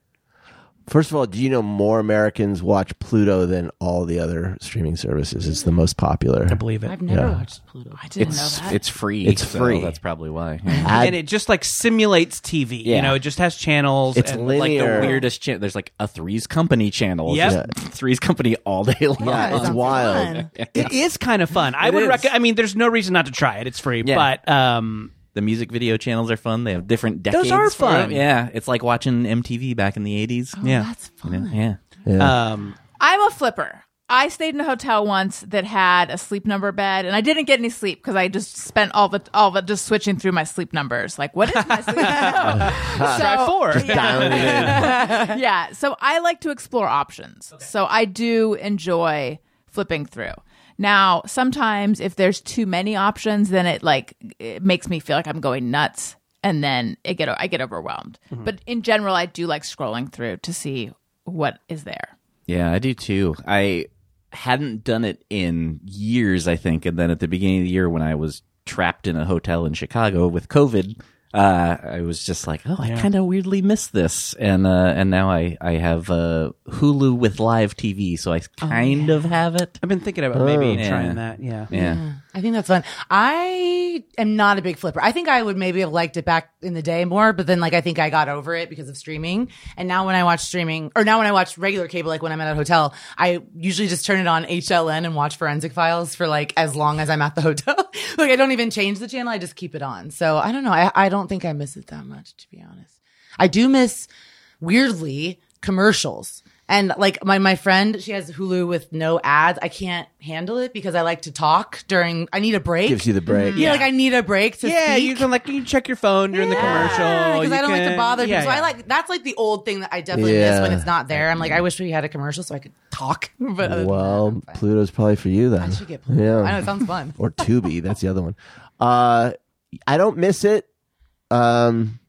First of all, do you know more Americans watch Pluto than all the other streaming services? It's the most popular. I believe it. I've never watched Pluto. I didn't It's it's free. It's so free. That's probably why. and it just like simulates TV. You Yeah. know, it just has channels. It's Like and, the Linear. weirdest channel. There's like a Three's Company channel. Yep. Just Three's Company all day long. yeah, it's wild. It is kind of fun. I would is. recommend. I mean, there's no reason not to try it. It's free, Yeah. but um, The music video channels are fun. They have different decades. are for fun. them. Yeah, it's like watching MTV back in the 80s. yeah. Oh, That's fun. yeah. um, I'm a flipper. I stayed in a hotel once that had a sleep number bed, and I didn't get any sleep because I just spent all the all the just switching through my sleep numbers. Like, what is my sleep number? so, try four. yeah. So I like to explore options. So I do enjoy flipping through. Now, sometimes if there's too many options, then it like it makes me feel like I'm going nuts, and then it get I get overwhelmed. Mm-hmm. But in general, I do like scrolling through to see what is there. Yeah, I do too. I hadn't done it in years, I think. And then at the beginning of the year, when I was trapped in a hotel in Chicago with COVID, uh, I was just like, "Oh, I kind of weirdly miss this." And uh, and now I I have uh, Hulu with live TV, so I Oh, kind of have it. I've been thinking about maybe yeah. trying that. Yeah. Yeah, I think that's fun. I am not a big flipper. I think I would maybe have liked it back in the day more, but then like I think I got over it because of streaming. And now when I watch streaming, or now when I watch regular cable, like when I'm at a hotel, I usually just turn it on HLN and watch Forensic Files for like as long as I'm at the hotel. like I don't even change the channel; I just keep it on. So I don't know. I, I don't think I miss it that much, to be honest. I do miss weirdly commercials. And like my my friend, she has Hulu with no ads. I can't handle it because I like to talk during. I need a break. Gives you the break. yeah, like I need a break to Yeah, speak. you can like you check your phone during the commercial because You I don't like can- to bother yeah, people. So yeah. I like that's like the old thing that I definitely miss when Yeah. it's not there. I'm like, I wish we had a commercial so I could talk. But other Well, Pluto's probably for you then. than that, I should get. Yeah. I know Yeah. it sounds fun. or Tubi. That's the other one. Uh, I don't miss it. Um,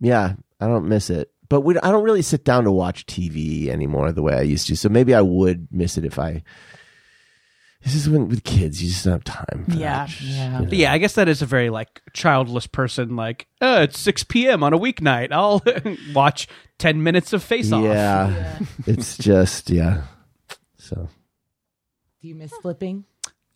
yeah, I don't miss it. But we, I don't really sit down to watch TV anymore the way I used to. So maybe I would miss it if I. This is when with kids, you just don't have time. For Yeah, that. yeah. But yeah, I guess that is a very like childless person. Like, oh, it's six p.m. on a weeknight. I'll watch ten minutes of Face Off. Yeah. it's just yeah. So Do you miss flipping?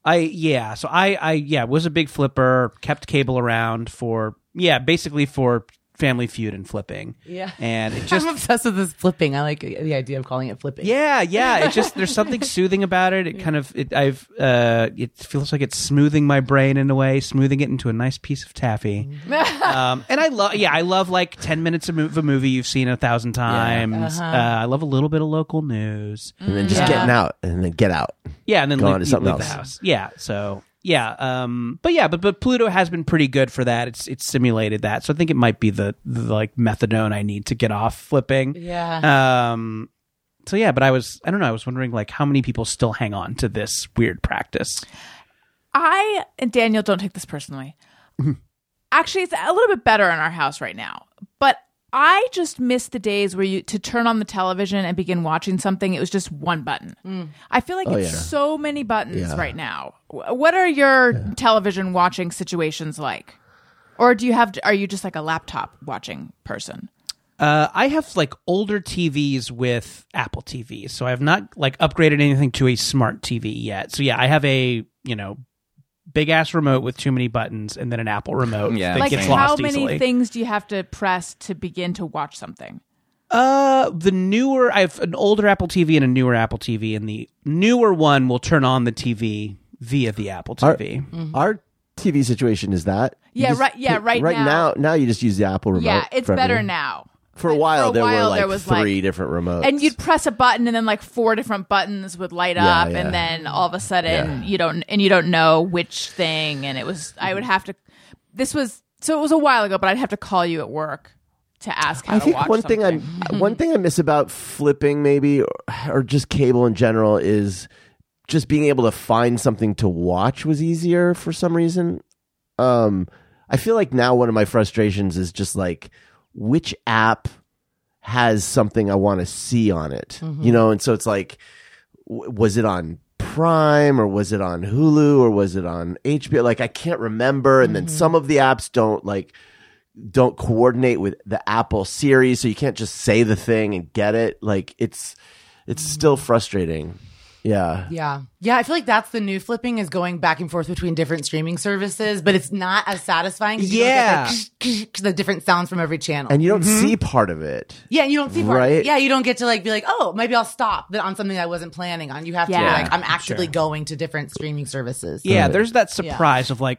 I yeah, so I I yeah was a big flipper, kept cable around for yeah, basically for Family Feud and flipping. Yeah. and it just I'm obsessed with this flipping. I like the idea of calling it flipping. yeah yeah, it just there's something soothing about it. It kind of it, I've uh it feels like it's smoothing my brain in a way, smoothing it into a nice piece of taffy. um, and I love yeah, I love like ten minutes of, mo- of a movie you've seen a thousand times. Uh-huh. Uh, I love a little bit of local news. and then just Mm. Yeah. getting out and then get out. Yeah, and then Gone leave, to something leave the else. house. Yeah, so yeah, um, but yeah, but but Pluto has been pretty good for that. It's it's simulated that, so I think it might be the, the like methadone I need to get off flipping. Yeah. Um, so yeah, but I was I don't know I was wondering like how many people still hang on to this weird practice. I and Daniel don't take this personally. Actually, it's a little bit better in our house right now, but I just miss the days where you to turn on the television and begin watching something. It was just one button. I feel like it's Mm. Oh, yeah. so many buttons Yeah. right now. Wh- What are your television watching situations like? Or do you have? Are you just like a laptop watching person? Uh, I have like older TVs with Apple TVs, so I have not like upgraded anything to a smart TV yet. So yeah, I have a you know big ass remote with too many buttons, and then an Apple remote Yeah, that Like, gets same. lost how many easily. things do you have to press to begin to watch something? Uh, the newer I have an older Apple TV and a newer Apple TV, and the newer one will turn on the TV via the Apple Are- TV. Our TV situation is that you Yeah, just- right- Mm-hmm. yeah, right right now- now now you just use the Apple remote. Yeah, it's for better everything. now. For a while, there while, were like there was, like- three different remotes. and you'd press a button and then like four different buttons would light up yeah. and then all of a sudden you don't and you don't know which thing and it was I would have to this was so it was a while ago but I'd have to call you at work to ask how I to think watch one thing I something. one thing I miss about flipping maybe or, or just cable in general is just being able to find something to watch was easier for some reason. Um I feel like now one of my frustrations is just like which app has something I want to see on it. Mm-hmm. You know, and so it's like w- was it on Prime or was it on Hulu or was it on HBO? Like I can't remember and then some of the apps don't like don't coordinate with the Apple series, so you can't just say the thing and get it. Like it's it's still frustrating. Yeah. Yeah. Yeah. I feel like that's the new flipping is going back and forth between different streaming services, but it's not as satisfying. 'cause you don't Yeah. get that the different sounds from every channel. And you don't see part of it. yeah. And you don't see part of it. Right. Yeah. You don't get to like be like, oh, maybe I'll stop th- on something I wasn't planning on. You have to Yeah. like, I'm actively going to different streaming services. Yeah, there's that surprise of like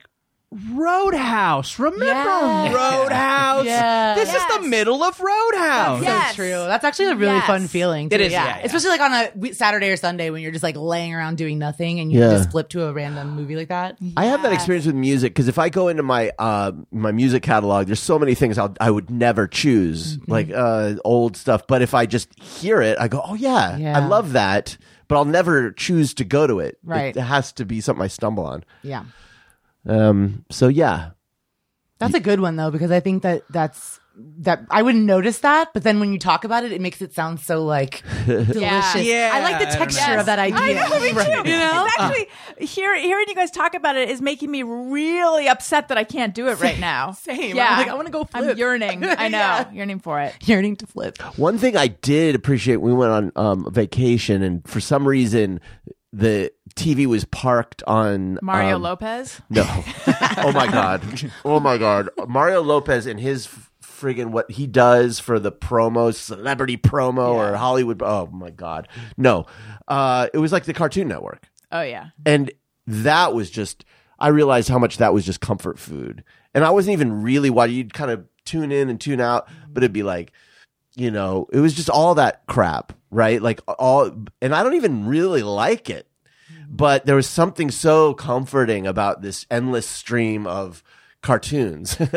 Roadhouse. Remember Yes. Roadhouse? Yeah. This is Yes. the middle of Roadhouse. So Yes. true. That's actually a really Yes. fun feeling. It too. is, yeah, yeah. Especially like on a we- Saturday or Sunday when you're just like laying around doing nothing and you Yeah. just flip to a random movie like that. I have that experience with music because if I go into my uh, my music catalog, there's so many things I'll, I would never choose, Mm-hmm. like uh, old stuff. But if I just hear it, I go, "Oh yeah, I Yeah. love that." But I'll never choose to go to it. Right. It has to be something I stumble on. Yeah. Um. So yeah, That's a good one though, because I think that that's that I wouldn't notice that, but then when you talk about it, it makes it sound so like delicious. Yeah, I like I the don't texture know. of that idea. I know, me too. You know? It's actually hear, hearing you guys talk about it is making me really upset that I can't do it right now. Same. Yeah. I'm like, I wanna go I'm flip. yearning. I know. Yeah. Yearning for it. Yearning to flip. One thing I did appreciate, we went on um, vacation, and for some reason, the TV was parked on Mario um, Lopez. No, oh my god, oh my god, Mario Lopez and his f- friggin' what he does for the promo, celebrity promo or Hollywood. Oh my god, no, uh, it was like the Cartoon Network, Oh yeah. and that was just. I realized how much that was just comfort food, and I wasn't even really why you'd kind of tune in and tune out, but it'd be like you know, it was just all that crap, right? Like all, and I don't even really like it, but there was something so comforting about this endless stream of cartoons.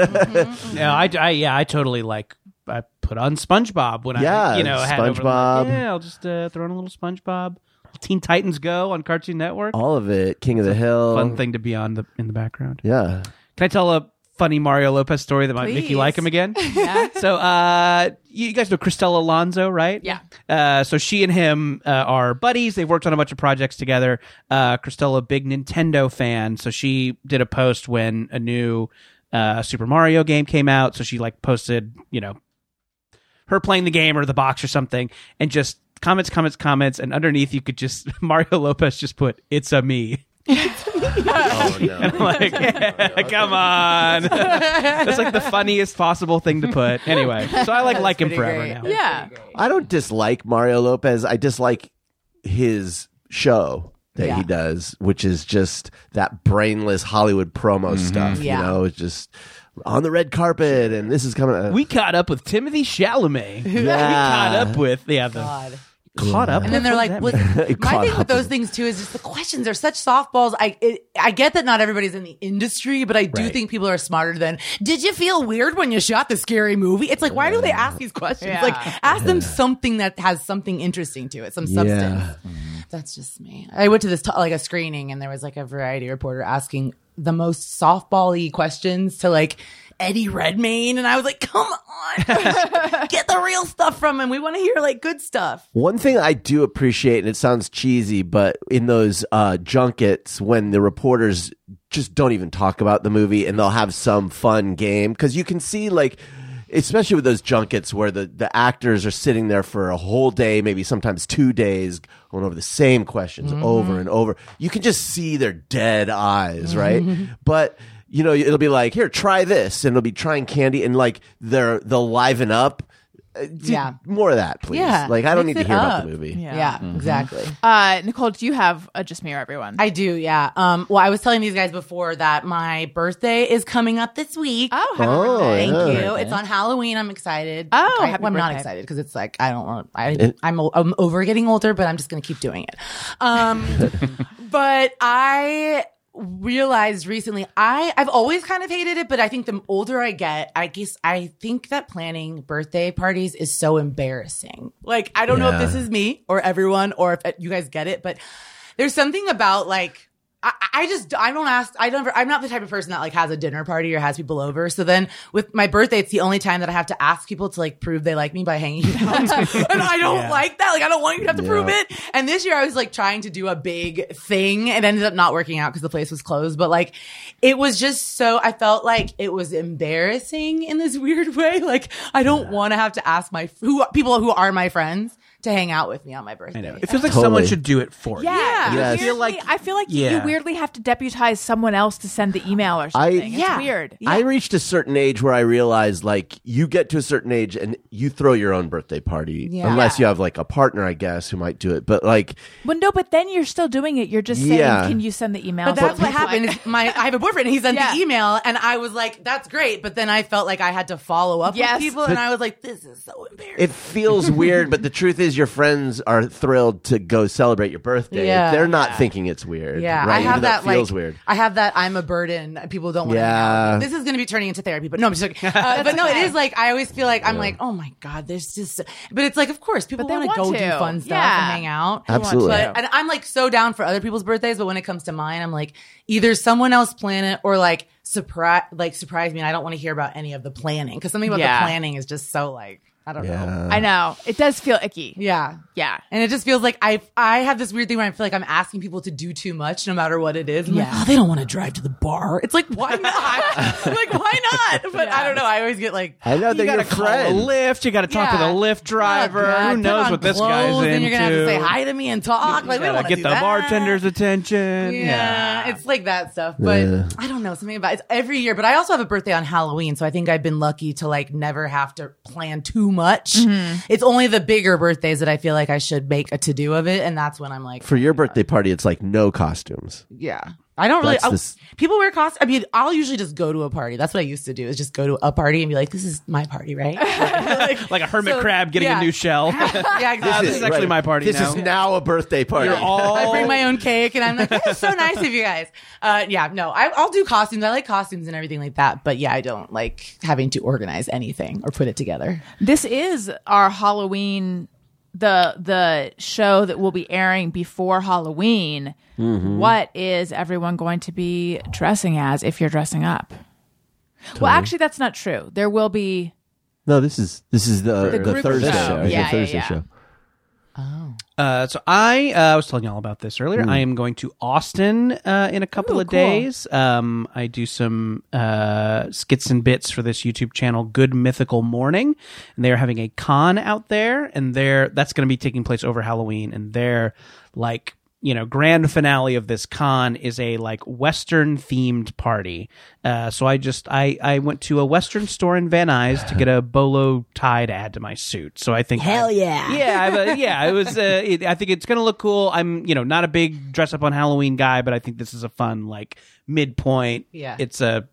Yeah, I, I- yeah, I totally like. I put on SpongeBob when Yeah, I, you know, had over, like, SpongeBob. yeah, I'll just uh, throw in a little SpongeBob. Teen Titans Go on Cartoon Network. all of it, King of the Hill, Fun thing to be on the in the background. yeah. Can I tell a funny Mario Lopez story that might make Please. you like him again? Yeah. so, uh, you guys know Christelle Alonso, right? Yeah. Uh, so she and him uh, are buddies. They've worked on a bunch of projects together. Uh, Christelle, a big Nintendo fan, so she did a post when a new uh, Super Mario game came out. So she like posted, you know, her playing the game or the box or something, and just comments, comments, comments, and underneath you could just Mario Lopez just put, "It's a me." Oh no. I'm like, come on. That's like the funniest possible thing to put. Anyway, so I like like him forever great. now. Yeah. I don't dislike Mario Lopez. I dislike his show that he Yeah. does, which is just that brainless Hollywood promo stuff. Yeah. You know, it's just on the red carpet, and this is coming. We caught up with Timothy Chalamet. We caught up with yeah, the God. caught up. And then they're like, with, my Caught thing up with those in- things too is just the questions are such softballs. I it, I get that not everybody's in the industry, but I do think people are smarter than. Did you feel weird when you shot the scary movie? It's like why do they ask these questions? Yeah. Like ask them something that has something interesting to it, some substance. Yeah. That's just me. I went to this t- like a screening and there was like a variety reporter asking the most softball-y questions to like Eddie Redmayne, and I was like, come on, get the real stuff from him. We want to hear like good stuff. One thing I do appreciate, and it sounds cheesy, but in those uh, junkets when the reporters just don't even talk about the movie and they'll have some fun game, because you can see, like, especially with those junkets where the, the actors are sitting there for a whole day, maybe sometimes two days, going over the same questions over and over, you can just see their dead eyes, right? But you know, it'll be like, here, try this, and it'll be trying candy, and like they're they'll liven up uh, do Yeah. more of that, please. Yeah. Like I don't Mix need to it hear about up. the movie. Yeah, exactly. Uh, Nicole, do you have a Just Me or Everyone? I do, yeah. Um, well, I was telling these guys before that my birthday is coming up this week. oh, happy Oh, birthday. Thank yeah. you. It's on Halloween. I'm excited. Oh, I, happy well, I'm not birthday. excited because it's like I don't want. I, I'm o- I'm over getting older, but I'm just gonna keep doing it. Um, but I realized recently I I've always kind of hated it, but I think the older I get, I guess I think that planning birthday parties is so embarrassing. Like I don't know if this is me or everyone or if uh, you guys get it, but there's something about like I, I just I don't ask I don't I'm not the type of person that like has a dinner party or has people over. So then with my birthday, it's the only time that I have to ask people to like prove they like me by hanging out, and I don't like that. Like I don't want you to have to prove it. And this year I was like trying to do a big thing. It ended up not working out because the place was closed. But like it was just so I felt like it was embarrassing in this weird way. Like I don't want to have to ask my who people who are my friends to hang out with me on my birthday. I know. It feels like Totally. someone should do it for you. yeah, Yes. I feel like I feel like you Yeah. weirdly have to deputize someone else to send the email or something. it's yeah. weird. I reached a certain age where I realized like you get to a certain age and you throw your own birthday party Yeah. unless you have like a partner I guess who might do it but like Well, no, but then you're still doing it. You're just Yeah. saying, "Can you send the email?" But that's what Like- happened. is My I have a boyfriend. and He sent Yeah. the email, and I was like, "That's great," but then I felt like I had to follow up Yes. with people, and I was like, "This is so embarrassing." it feels weird but the truth is your friends are thrilled to go celebrate your birthday Yeah. they're not thinking it's weird yeah, right I have Even though that. it feels like, weird I have that. I'm a burden. People don't want Yeah. to. This is going to be turning into therapy, but no, I'm just joking. Uh, but no, it is like I always feel like I'm like, oh my god, there's just. But it's like, of course, people But they want to go want do to. fun stuff Yeah. and hang out. absolutely But and I'm like so down for other people's birthdays, but when it comes to mine, I'm like either someone else plan it or like surprise like surprise me and I don't want to hear about any of the planning cuz something about Yeah. the planning is just so like I don't know. I know it does feel icky. Yeah. Yeah. And it just feels like I I have this weird thing where I feel like I'm asking people to do too much no matter what it is. I'm like, oh, they don't want to drive to the bar. It's like why not? I'm like why not? But I don't know. I always get like I know You they're your gotta call a friend lift. You gotta talk Yeah. to the lift driver. "Look, God, Who put knows on what this guy's clothes, into? And you're gonna have to say hi to me and talk. Like we Gotta don't want to get do the that. bartender's attention. Yeah, it's like that stuff. But Yeah. I don't know something about it's every year. But I also have a birthday on Halloween, so I think I've been lucky to like never have to plan too much. It's only the bigger birthdays that I feel like I should make a to do of it, and that's when I'm like, for your birthday party it's like no costumes yeah, I don't really. That's I- this- people wear costumes. I mean, I'll usually just go to a party. That's what I used to do is just go to a party and be like, this is my party, right? like, Like a hermit So, crab getting yeah. a new shell. yeah, Uh, exactly. this is actually my party this now. is now a birthday party You're all I bring my own cake, and I'm like, "This is so nice of you guys." Uh, yeah, no, I, I'll do costumes. I like costumes and everything like that. But yeah, I don't like having to organize anything or put it together. This is our Halloween the the show that will be airing before Halloween. What is everyone going to be dressing as if you're dressing up? Well, actually that's not true. There will be no this is this is the the, group Thursday show. show, Yeah, the yeah, Thursday yeah. show Uh, so I, uh, was telling y'all about this earlier. I am going to Austin uh, in a couple of days. Um, I do some uh, skits and bits for this YouTube channel, Good Mythical Morning, and they are having a con out there, and they're that's going to be taking place over Halloween, and they're like you know grand finale of this con is a like western themed party uh, so i just i i went to a western store in van nuys to get a bolo tie to add to my suit so i think hell yeah yeah I, have a- yeah it was uh, it, i think it's gonna look cool i'm you know not a big dress up on halloween guy but i think this is a fun like midpoint Yeah. it's a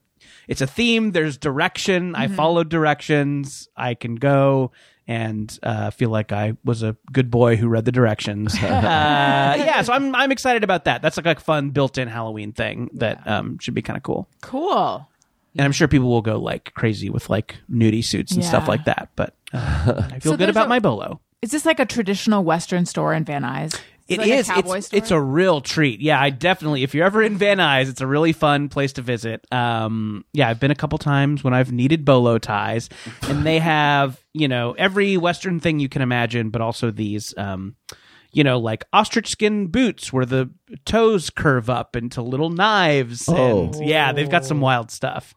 it's a theme there's direction i Mm-hmm. followed directions i can go and uh, feel like I was a good boy who read the directions. uh, yeah, so I'm I'm excited about that. That's like a fun built-in Halloween thing that um, should be kind of cool. cool. And I'm sure people will go like crazy with like nudie suits and stuff Yeah. like that. But uh, I feel So good there's about a- my bolo. Is this like a traditional western store in Van Nuys? It like a is. cowboy it's, store? it's a real treat. Yeah, I definitely. If you're ever in Van Nuys, it's a really fun place to visit. Um, yeah, I've been a couple times when I've needed bolo ties, and they have you know every Western thing you can imagine, but also these. Um, you know, like ostrich skin boots where the toes curve up into little knives. Oh. And yeah, they've got some wild stuff.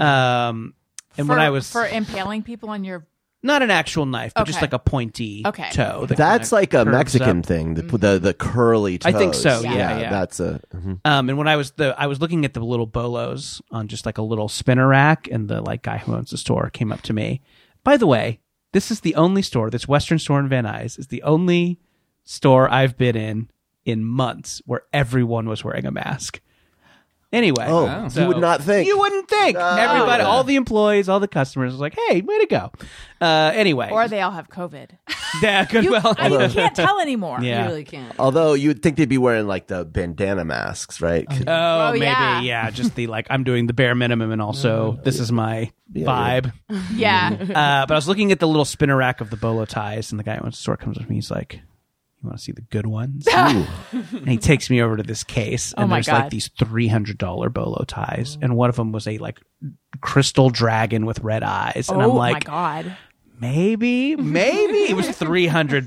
um, and Oh. for, when I was for impaling people on your not an actual knife, but just Okay. like a pointy Okay. toe. that That's kinda like a curves up. Mexican thing, the, the the curly I toes. think so, yeah, yeah. That's a mhm. Um, and when I was the, I was looking at the little bolos on just like a little spinner rack, and the like guy who owns the store came up to me. By the way, This is the only store, this Western store in Van Nuys, is the only store I've been in in months where everyone was wearing a mask. Anyway, Oh, you would not think. You wouldn't think. Everybody, all the employees, all the customers, was like, "Hey, way to go!" Uh, anyway, Or they all have COVID. yeah, good. You, well, I- you can't tell anymore. yeah. You really can't. Although you would think they'd be wearing like the bandana masks, right? 'Cause- Oh, Oh, maybe yeah. yeah. Just the like I'm doing the bare minimum, and also this is my vibe. Yeah. Uh, but I was looking at the little spinner rack of the bolo ties, and the guy at the store comes up to me. He's like, "You want to see the good ones?" and he takes me over to this case, and Oh my there's God. like these three hundred dollar bolo ties, and one of them was a like crystal dragon with red eyes, and I'm oh my like, god. maybe, maybe it was 300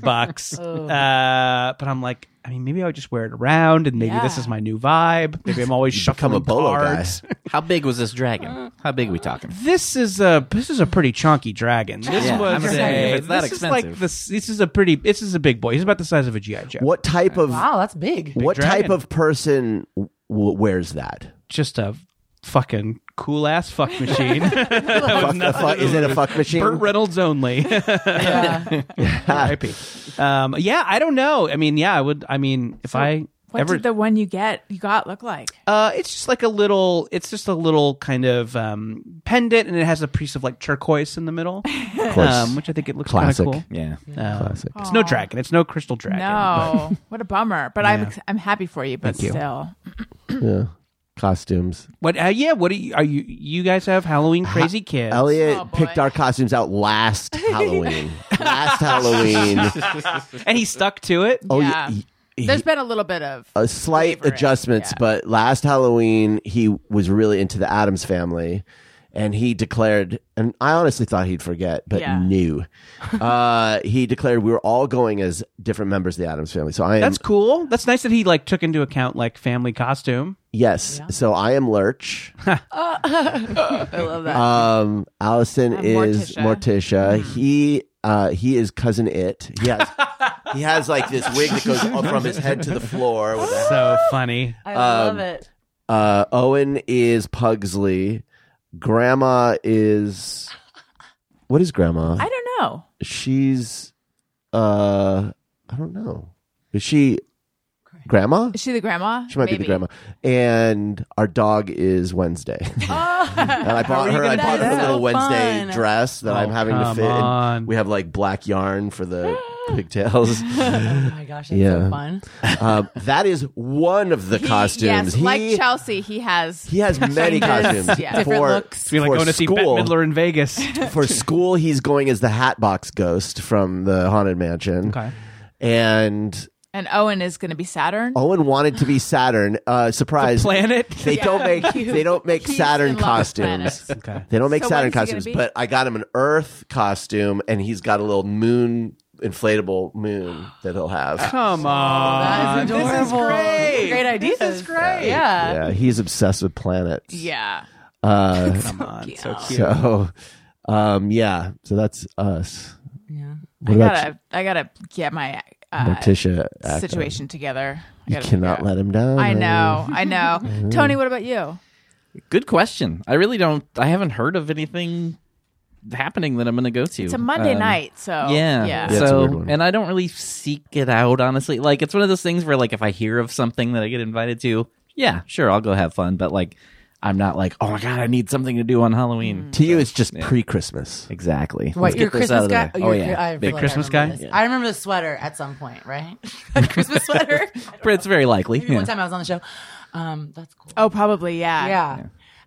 bucks. uh, but I'm like, I mean, maybe I would just wear it around and maybe this Yeah. is my new vibe. Maybe I'm always become shuffling a bolo guy. cards. How big was this dragon? How big we talking? This is a this is a pretty chunky dragon. This Yeah, was I'm a, saying, if it's that this is expensive. like this this is a pretty this is a big boy. He's about the size of a GI Joe. What type of Wow, that's big. what type dragon. of person w- wears that? Just a fucking cool ass fuck machine. That was Fuck the nothing fuck, to is it do a fuck machine? Burt Reynolds only. R.I.P. Um, yeah, I don't know. I mean, yeah, I would. I mean, if I What ever did the one you get you got look like? Uh, it's just like a little. It's just a little kind of um, pendant, and it has a piece of like turquoise in the middle, of course. um, which I think it looks kind of Classic. cool. Yeah. Uh, Classic. It's no dragon. It's no crystal dragon. No, Oh, what a bummer. But I'm I'm happy for you. But Thank you. still, yeah. Costumes. What? Uh, yeah. What do you? Are you? You guys have Halloween crazy kids? Elliot Oh, boy. picked our costumes out last Halloween. last Halloween. and he stuck to it. Oh Yeah. yeah. he- he- there's been a little bit of a slight flavor in it, adjustments, yeah. but last Halloween he was really into the Adams family, and he declared, and I honestly thought he'd forget, but Yeah. knew. uh, he declared we were all going as different members of the Adams family. So I am That's cool. That's nice that he like took into account like family costume. yes, so I am Lurch. I love that. Um, Allison I'm is Morticia. Mm-hmm. Morticia. He. Uh, he is cousin it. He has, he has like this wig that goes up from his head to the floor. With a- So funny. I love it. uh, Owen is Pugsley. Grandma is what is Grandma? I don't know. she's uh I don't know. Is she grandma? Is she the grandma? She might be the grandma. And our dog is Wednesday. Oh. and I bought her I gonna bought do her a that? little So Wednesday fun. dress that I'm Oh, having to come fit. And on. we have like black yarn for the pigtails. Oh my gosh, that's Yeah. so fun. um, that is one of the costumes. Yes, like He- Chelsea, he has. he has many Changes, costumes yeah. for, Different looks. It's be like oh, for going to see Bette school. Midler in Vegas. for school, he's going as the Hatbox Ghost from the Haunted Mansion. Okay. And and Owen is going to be Saturn. Owen wanted to be Saturn. Uh, surprise! Planet. They don't make they don't make He's in Saturn love with planets. costumes. Okay. They don't make So what Saturn is he gonna costumes. be? But I got him an Earth costume, and he's got a little moon inflatable moon that he'll have. Come on. That's adorable. This is great. Great ideas. This is great. Yeah. Yeah, he's obsessed with planets. Yeah. Uh, Come on. So cute. so, um, yeah. So that's us. Yeah. What I about gotta, I gotta get my uh, Morticia? Ackland? situation together. I You gotta cannot figure let out- him down. I Ellie. know, I know. Tony, what about you? Good question. I really don't. I haven't heard of anything happening that I'm going to go to. It's a Monday Um, night, so Yeah. Oh, yeah. Yeah. it's a weird So, one. and I don't really seek it out, honestly. Like, it's one of those things where, like, if I hear of something that I get invited to, yeah, sure, I'll go have fun. But, like, I'm not like, oh my God, I need something to do on Mm. Halloween. To you, it's just pre-Christmas. Exactly. Let's What, your get this out Christmas of the guy? way. your- Oh, yeah. I feel Big like I Christmas remember guy? this. I remember the sweater at some point, right? Christmas sweater. It's very likely. Maybe yeah. one time I was on the show. Um, that's cool. Oh, probably yeah.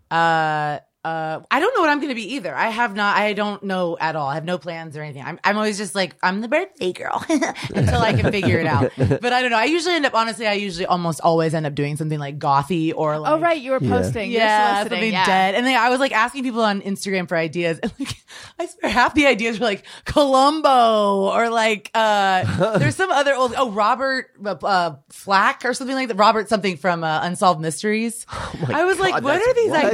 yeah. Uh, uh, I don't know what I'm going to be either. I have not. I don't know at all. I have no plans or anything. I'm, I'm always just like I'm the birthday girl until I can figure it out. But I don't know. I usually end up honestly. I usually almost always end up doing something like gothy or like Oh right, you were posting. You're yeah, soliciting, something yeah. dead. And then I was like asking people on Instagram for ideas, and like I swear half the ideas were like Columbo or like uh there's some other old oh Robert uh, uh, Flack or something like that. Robert something from uh, Unsolved Mysteries. I was like, Oh God, what that's- are these what?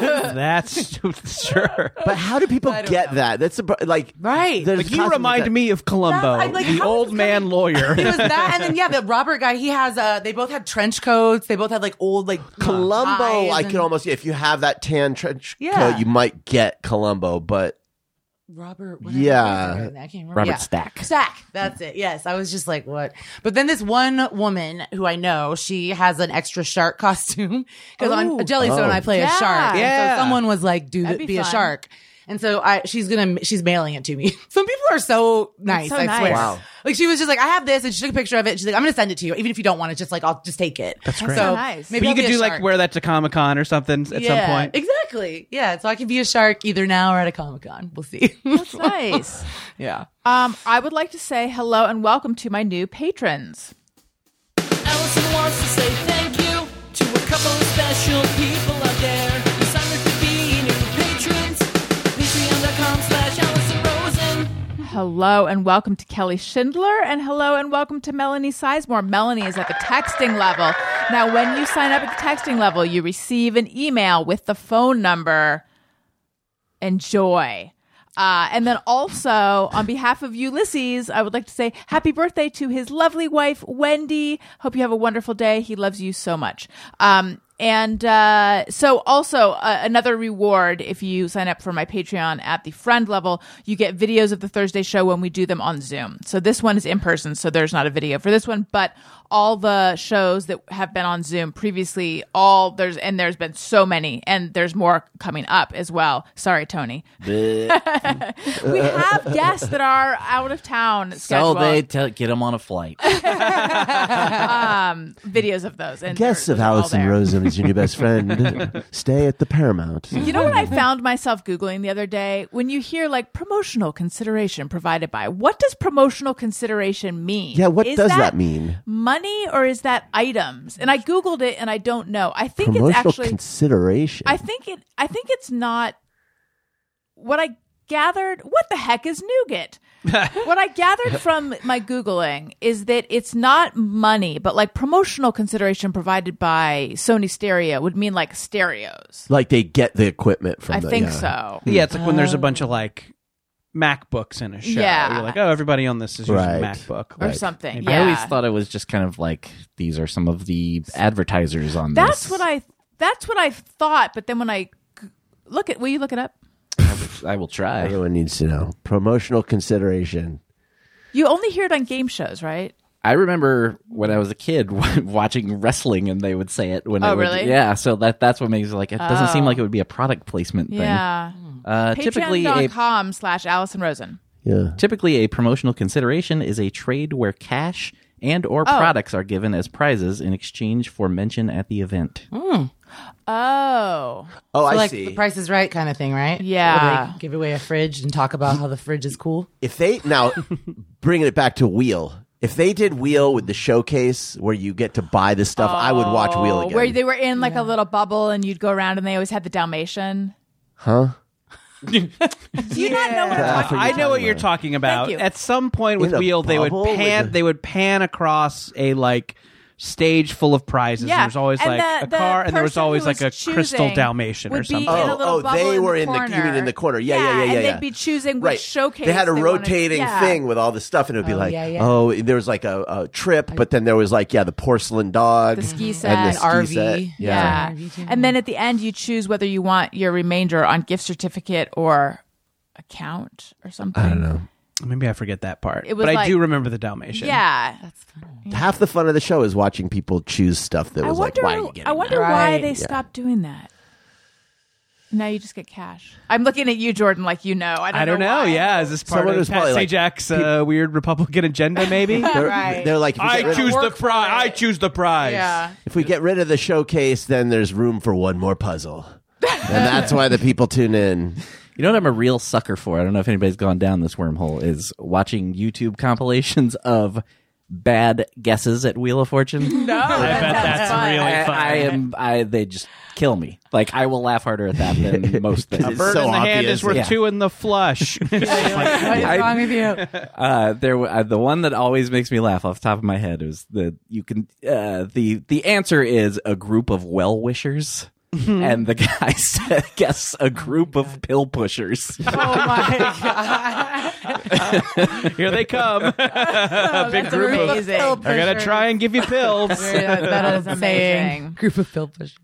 ideas? That's sure. But how do people don't get know. that? That's a, like Right. there's Like you constantly remind that- me of Columbo, That's- I'm like, the how old is this man coming- lawyer. It was that, and then yeah, the Robert guy. He has. Uh, they both had trench coats. They both had like old like Columbo. ties I and- could almost if you have that tan trench Yeah. coat, you might get Columbo. But Robert. Yeah. I can't remember. Robert Yeah. Stack. Stack. That's it. Yes. I was just like, what? But then this one woman who I know, she has an extra shark costume because on Ooh. Jellystone I play Oh. Yeah. a shark. And Yeah. So someone was like, do That'd be, be a fun. shark. And so I, she's gonna, she's mailing it to me. Some people are so nice. so I nice. swear. Wow. Like she was just like, I have this, and she took a picture of it. She's like, I'm gonna send it to you, even if you don't want it. Just like, I'll just take it. That's great. So So nice. maybe But you I'll could be a do like shark. wear that to Comic Con or something at Yeah, some point. Exactly. Yeah. So I could be a shark either now or at a comic con. We'll see. That's nice. yeah. Um, I would like to say hello and welcome to my new patrons. Allison wants to say thank you to a couple of special people out there who signed up to be new patrons. Patreon.com slash Allison Rosen. Hello and welcome to Kelly Schindler, and hello and welcome to Melanie Sizemore. Melanie is at the texting level. Now, when you sign up at the texting level, you receive an email with the phone number. Enjoy. Uh, and then also, on behalf of Ulysses, I would like to say happy birthday to his lovely wife, Wendy. Hope you have a wonderful day. He loves you so much. Um, and uh, so, also, uh, another reward if you sign up for my Patreon at the friend level, you get videos of the Thursday show when we do them on Zoom. So, this one is in person, so there's not a video for this one, but all the shows that have been on Zoom previously, all there's, and there's been so many, and there's more coming up as well. Sorry, Tony we have guests that are out of town So scheduled they tell get him on a flight. videos of those and Guests they're- of they're all Allison there. Rosen is your new best friend. Stay at the Paramount. You know what I found myself googling the other day? When you hear like promotional consideration provided by, what does promotional consideration mean? Yeah, what Is does that mean? Money or is that items? And I googled it and I don't know. I think Promotional it's actually consideration. I think it. I think it's not. What I gathered. What the heck is nougat? what I gathered from my googling is that it's not money, but like promotional consideration provided by Sony Stereo would mean like stereos. like they get the equipment from. I the, think yeah. so. Yeah, it's like when there's a bunch of like MacBooks in a show. Yeah. You're like, oh, everybody on this is using Right. a MacBook. Or Like, something. maybe- Yeah. I always thought it was just kind of like these are some of the advertisers on That's this. what I. That's what I thought. But then when I g- look at, will you look it up? I will try. Everyone needs to know promotional consideration. You only hear it on game shows, right? I remember when I was a kid watching wrestling, and they would say it when Oh, I would, really? Oh. yeah. So that that's what makes it like it doesn't seem like it would be a product placement thing. Yeah. Uh, typically, a Patreon.com slash Allison Rosen. Yeah. Typically, a promotional consideration is a trade where cash and or Oh. products are given as prizes in exchange for mention at the event. Hmm. Oh. Oh, I like see. the Price is Right kind of thing, right? Yeah. Where they give away a fridge and talk about how the fridge is cool. if they now bringing it back to Wheel. If they did Wheel with the showcase where you get to buy the stuff, I would watch Wheel again. Oh, Where they were in like a little bubble and you'd go around and they always had the Dalmatian. huh? Do you not know what I'm talking I know what you're talking about. Thank you. At some point with In a Wheel, they would bubble with pan. a- They would pan across a like stage full of prizes. Yeah, There was always and like the- a the car, and there was person always who like a was crystal choosing Dalmatian or would be something. in Oh, a little oh, bubble they in were the in the- you mean corner. in the corner. Yeah, yeah, yeah, yeah, And yeah. they'd be choosing which right. showcase. They had a wanted- rotating yeah. thing with all the stuff, and it would be like, yeah, yeah. oh, there was like a, a trip, but then there was like, yeah, the porcelain dog, The ski set, and the an ski RV. set. Yeah. And then at the end, you choose whether you want your remainder on gift certificate or account or something. I don't know. Oh. Maybe I forget that part, It was but I like- do remember the Dalmatian. Yeah. Half the fun of the show is watching people choose stuff that I was wonder, like, why are you getting I wonder that? why Right. they stopped doing that. Now you just get cash. I'm looking at you, Jordan, like you know. I don't, I don't know. why. Yeah, is this part Someone of was Pat probably like- Sajak's uh, weird Republican agenda? Maybe. that? They're, Right. they're like, if we, get I rid choose of, the prize. I choose the prize. Yeah. if we get rid of the showcase, then there's room for one more puzzle. and that's why the people tune in. You know what I'm a real sucker for? I don't know if anybody's gone down this wormhole is watching YouTube compilations of bad guesses at Wheel of Fortune. No, I bet that's really I, fun. I am I they just kill me. Like I will laugh harder at that than most things. It's Bird so in the hand obvious. is worth Yeah. two in the flush. What is wrong with you? Uh, there, w- uh, the one that always makes me laugh off the top of my head is the you can uh, the the answer is a group of well wishers. and the guy said, guess a group of pill pushers. Oh, Here they come. Oh, big that's group of- amazing. They're gonna try and give you pills. Yeah, that is amazing. Group of pill pushers.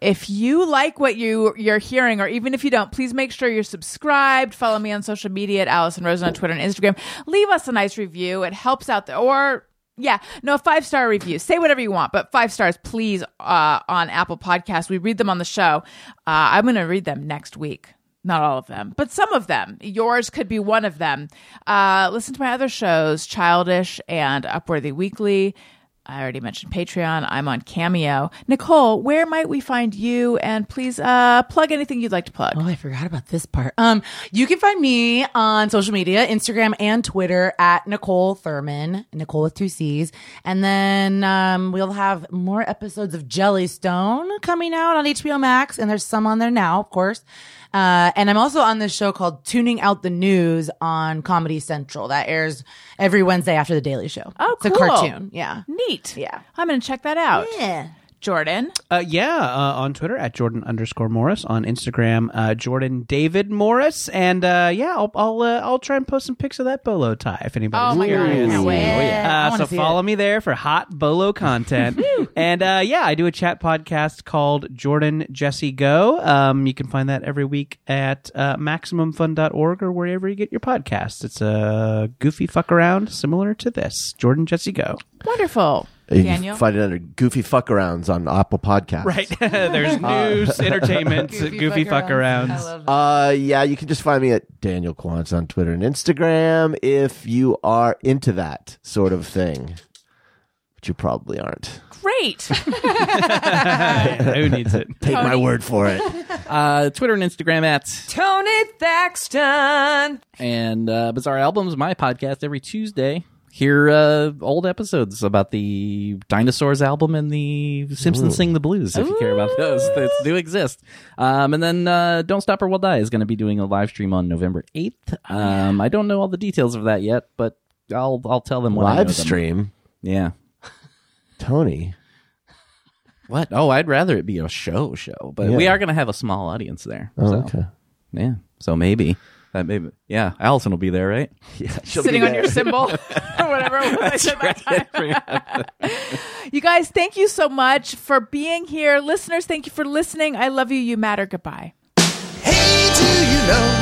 If you like what you you're hearing, or even if you don't, please make sure you're subscribed. Follow me on social media at Allison Rosen on Twitter and Instagram. Leave us a nice review; it helps out. The, or yeah, no five star review. Say whatever you want, but five stars, please, uh, on Apple Podcasts. We read them on the show. Uh, I'm going to read them next week. Not all of them, but some of them. Yours could be one of them. Uh, listen to my other shows, Childish and Upworthy Weekly. I already mentioned Patreon. I'm on Cameo. Nicole, where might we find you? And please uh, plug anything you'd like to plug. Oh, I forgot about this part. Um, you can find me on social media, Instagram and Twitter at Nicole Thurman, Nicole with two C's. And then um, we'll have more episodes of Jellystone coming out on HBO Max, and there's some on there now, of course. Uh, and I'm also on this show called Tuning Out the News on Comedy Central that airs every Wednesday after the Daily Show. Oh, it's cool. a cartoon. Yeah. Neat. Yeah. I'm going to check that out. Yeah. Jordan. Uh, yeah, uh, on Twitter at Jordan underscore Morris on Instagram uh, Jordan David Morris, and uh, yeah, I'll I'll, uh, I'll try and post some pics of that bolo tie if anybody's Oh my God, I curious. can't wait. Yeah, I Uh, so wanna see it. follow me there for hot bolo content, and uh, yeah, I do a chat podcast called Jordan Jesse Go. Um, you can find that every week at uh, maximumfun.org or wherever you get your podcasts. It's a goofy fuck around similar to this Jordan Jesse Go. Wonderful. You can Daniel. find it under Goofy Fuckarounds on Apple Podcasts. Right. There's news, entertainment, goofy, fuck, arounds. Uh, yeah, you can just find me at Daniel Quants on Twitter and Instagram if you are into that sort of thing, which you probably aren't. Great. Who needs it? Take my word for it. Uh, Twitter and Instagram at Tony Thaxton. and uh, Bizarre Albums, my podcast every Tuesday. Hear uh, old episodes about the Dinosaurs album and the Simpsons Sing the Blues, if you care about those. Those do exist. Um, and then uh, Don't Stop or We'll Die is going to be doing a live stream on November 8th. Um, I don't know all the details of that yet, but I'll I'll tell them when I know Live them. stream, Yeah. Tony. What? Oh, I'd rather it be a show show, but we Yeah. are going to have a small audience there. Oh, so, okay. Yeah. So maybe. That maybe. Yeah. Allison will be there, right? Sitting on your symbol or whatever it was I said that time. You guys, thank you so much for being here. Listeners, thank you for listening. I love you. You matter. Goodbye. Hey, do you know